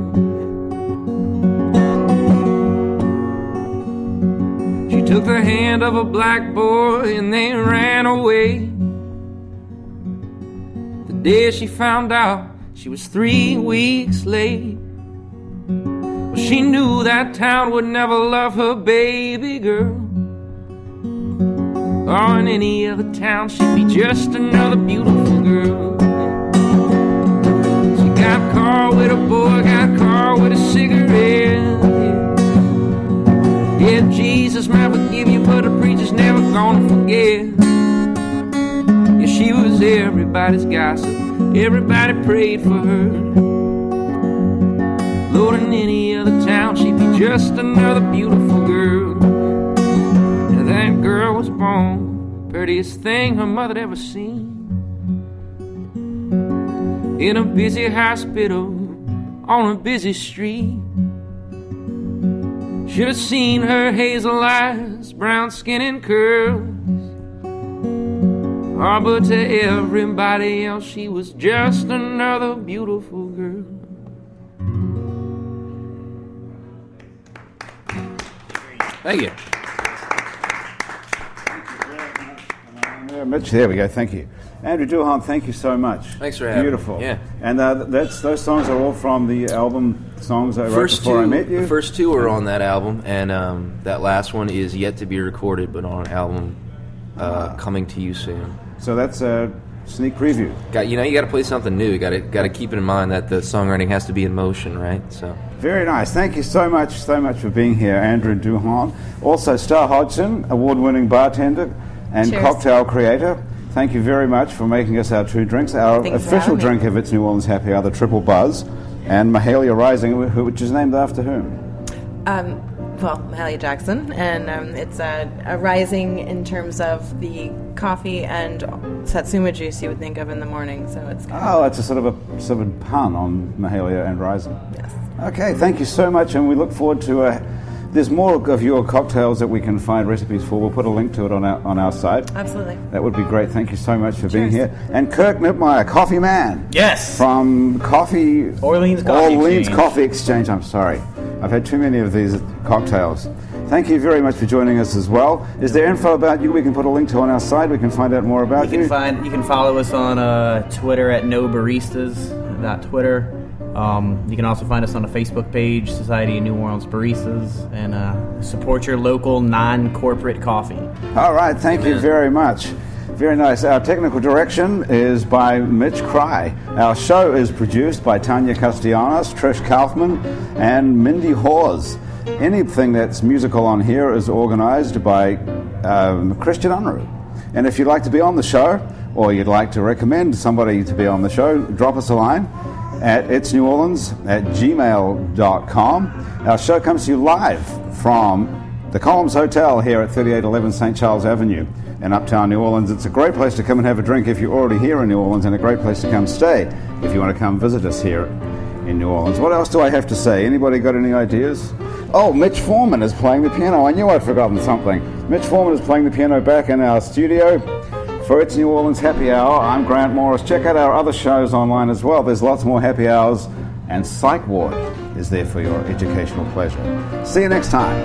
Speaker 6: She took took the hand of a black boy and they ran away. The day she found out she was three weeks late. Well, she knew that town would never love her baby girl. Or in any other town, she'd be just another beautiful girl. She got caught with a boy, got caught with a cigarette. Yeah, Jesus might forgive you, but a preacher's never gonna forget. Yeah, she was everybody's gossip. Everybody prayed for her. Lord, in any other town, she'd be just another beautiful girl. Now that girl was born, prettiest thing her mother'd ever seen. In a busy hospital, on a busy street. Should have seen her hazel eyes, brown skin and curls. Ah, but to everybody else, she was just another beautiful girl.
Speaker 4: Thank you.
Speaker 1: Yeah, Mitch, there we go. Thank you. Andrew Duhan, thank you so much.
Speaker 4: Thanks for having me.
Speaker 1: Beautiful.
Speaker 4: Yeah.
Speaker 1: And uh, that's those songs are all from the album songs I wrote
Speaker 4: First
Speaker 1: before
Speaker 4: two,
Speaker 1: I met you.
Speaker 4: the first two are on that album, and um, that last one is yet to be recorded, but on an album uh, coming to you soon.
Speaker 1: So that's a sneak preview.
Speaker 4: Got you know you got to play something new. You got to got to keep it in mind that the songwriting has to be in motion, right? So
Speaker 1: Very nice. Thank you so much, so much for being here, Andrew Duhan. Also, Star Hodgson, award-winning bartender and
Speaker 2: Cheers.
Speaker 1: cocktail creator. Thank you very much for making us our two drinks. Our
Speaker 2: Thanks for
Speaker 1: official
Speaker 2: having me.
Speaker 1: drink of It's New Orleans Happy Hour, the Triple Buzz, and Mahalia Rising, who- which is named after whom?
Speaker 2: Um, well, Mahalia Jackson, and um, it's a, a rising in terms of the coffee and satsuma juice you would think of in the morning. So it's kind
Speaker 1: Oh, it's a sort of a sort of pun on Mahalia and Rising.
Speaker 2: of yes.
Speaker 1: Okay, thank you so much, and we look forward to. Uh, there's more of your cocktails that we can find recipes for. We'll put a link to it on our on our site.
Speaker 2: Absolutely.
Speaker 1: That would be great. Thank you so much for being
Speaker 2: Cheers.
Speaker 1: here. And Kirk Nipmeyer, coffee man
Speaker 3: Yes.
Speaker 1: from Coffee
Speaker 3: Orleans Coffee
Speaker 1: Orleans
Speaker 3: Exchange.
Speaker 1: Coffee Exchange. I'm sorry, I've had too many of these cocktails. Thank you very much for joining us as well. Is there info about you? We can put a link to on our site. We can find out more about
Speaker 3: You
Speaker 1: you.
Speaker 3: can find you can follow us on uh, Twitter at no baristas. Twitter. Um, you can also find us on the Facebook page, Society of New Orleans Baristas, and uh, support your local non-corporate coffee.
Speaker 1: All right, thank you very much. Very nice. Our technical direction is by Mitch Cry. Our show is produced by Tanya Castellanos, Trish Kaufman, and Mindy Hawes. Anything that's musical on here is organized by um, Christian Unruh. And if you'd like to be on the show, or you'd like to recommend somebody to be on the show, drop us a line at itsneworleans at gmail.com. Our show comes to you live from the Columns Hotel here at 3811 St. Charles Avenue in Uptown New Orleans. It's a great place to come and have a drink if you're already here in New Orleans, and a great place to come stay if you want to come visit us here in New Orleans. What else do I have to say? Anybody got any ideas? Oh, Mitch Foreman is playing the piano. I knew I'd forgotten something. Mitch Foreman is playing the piano back in our studio. For It's New Orleans Happy Hour, I'm Grant Morris. Check out our other shows online as well. There's lots more happy hours, and Psych Ward is there for your educational pleasure. See you next time.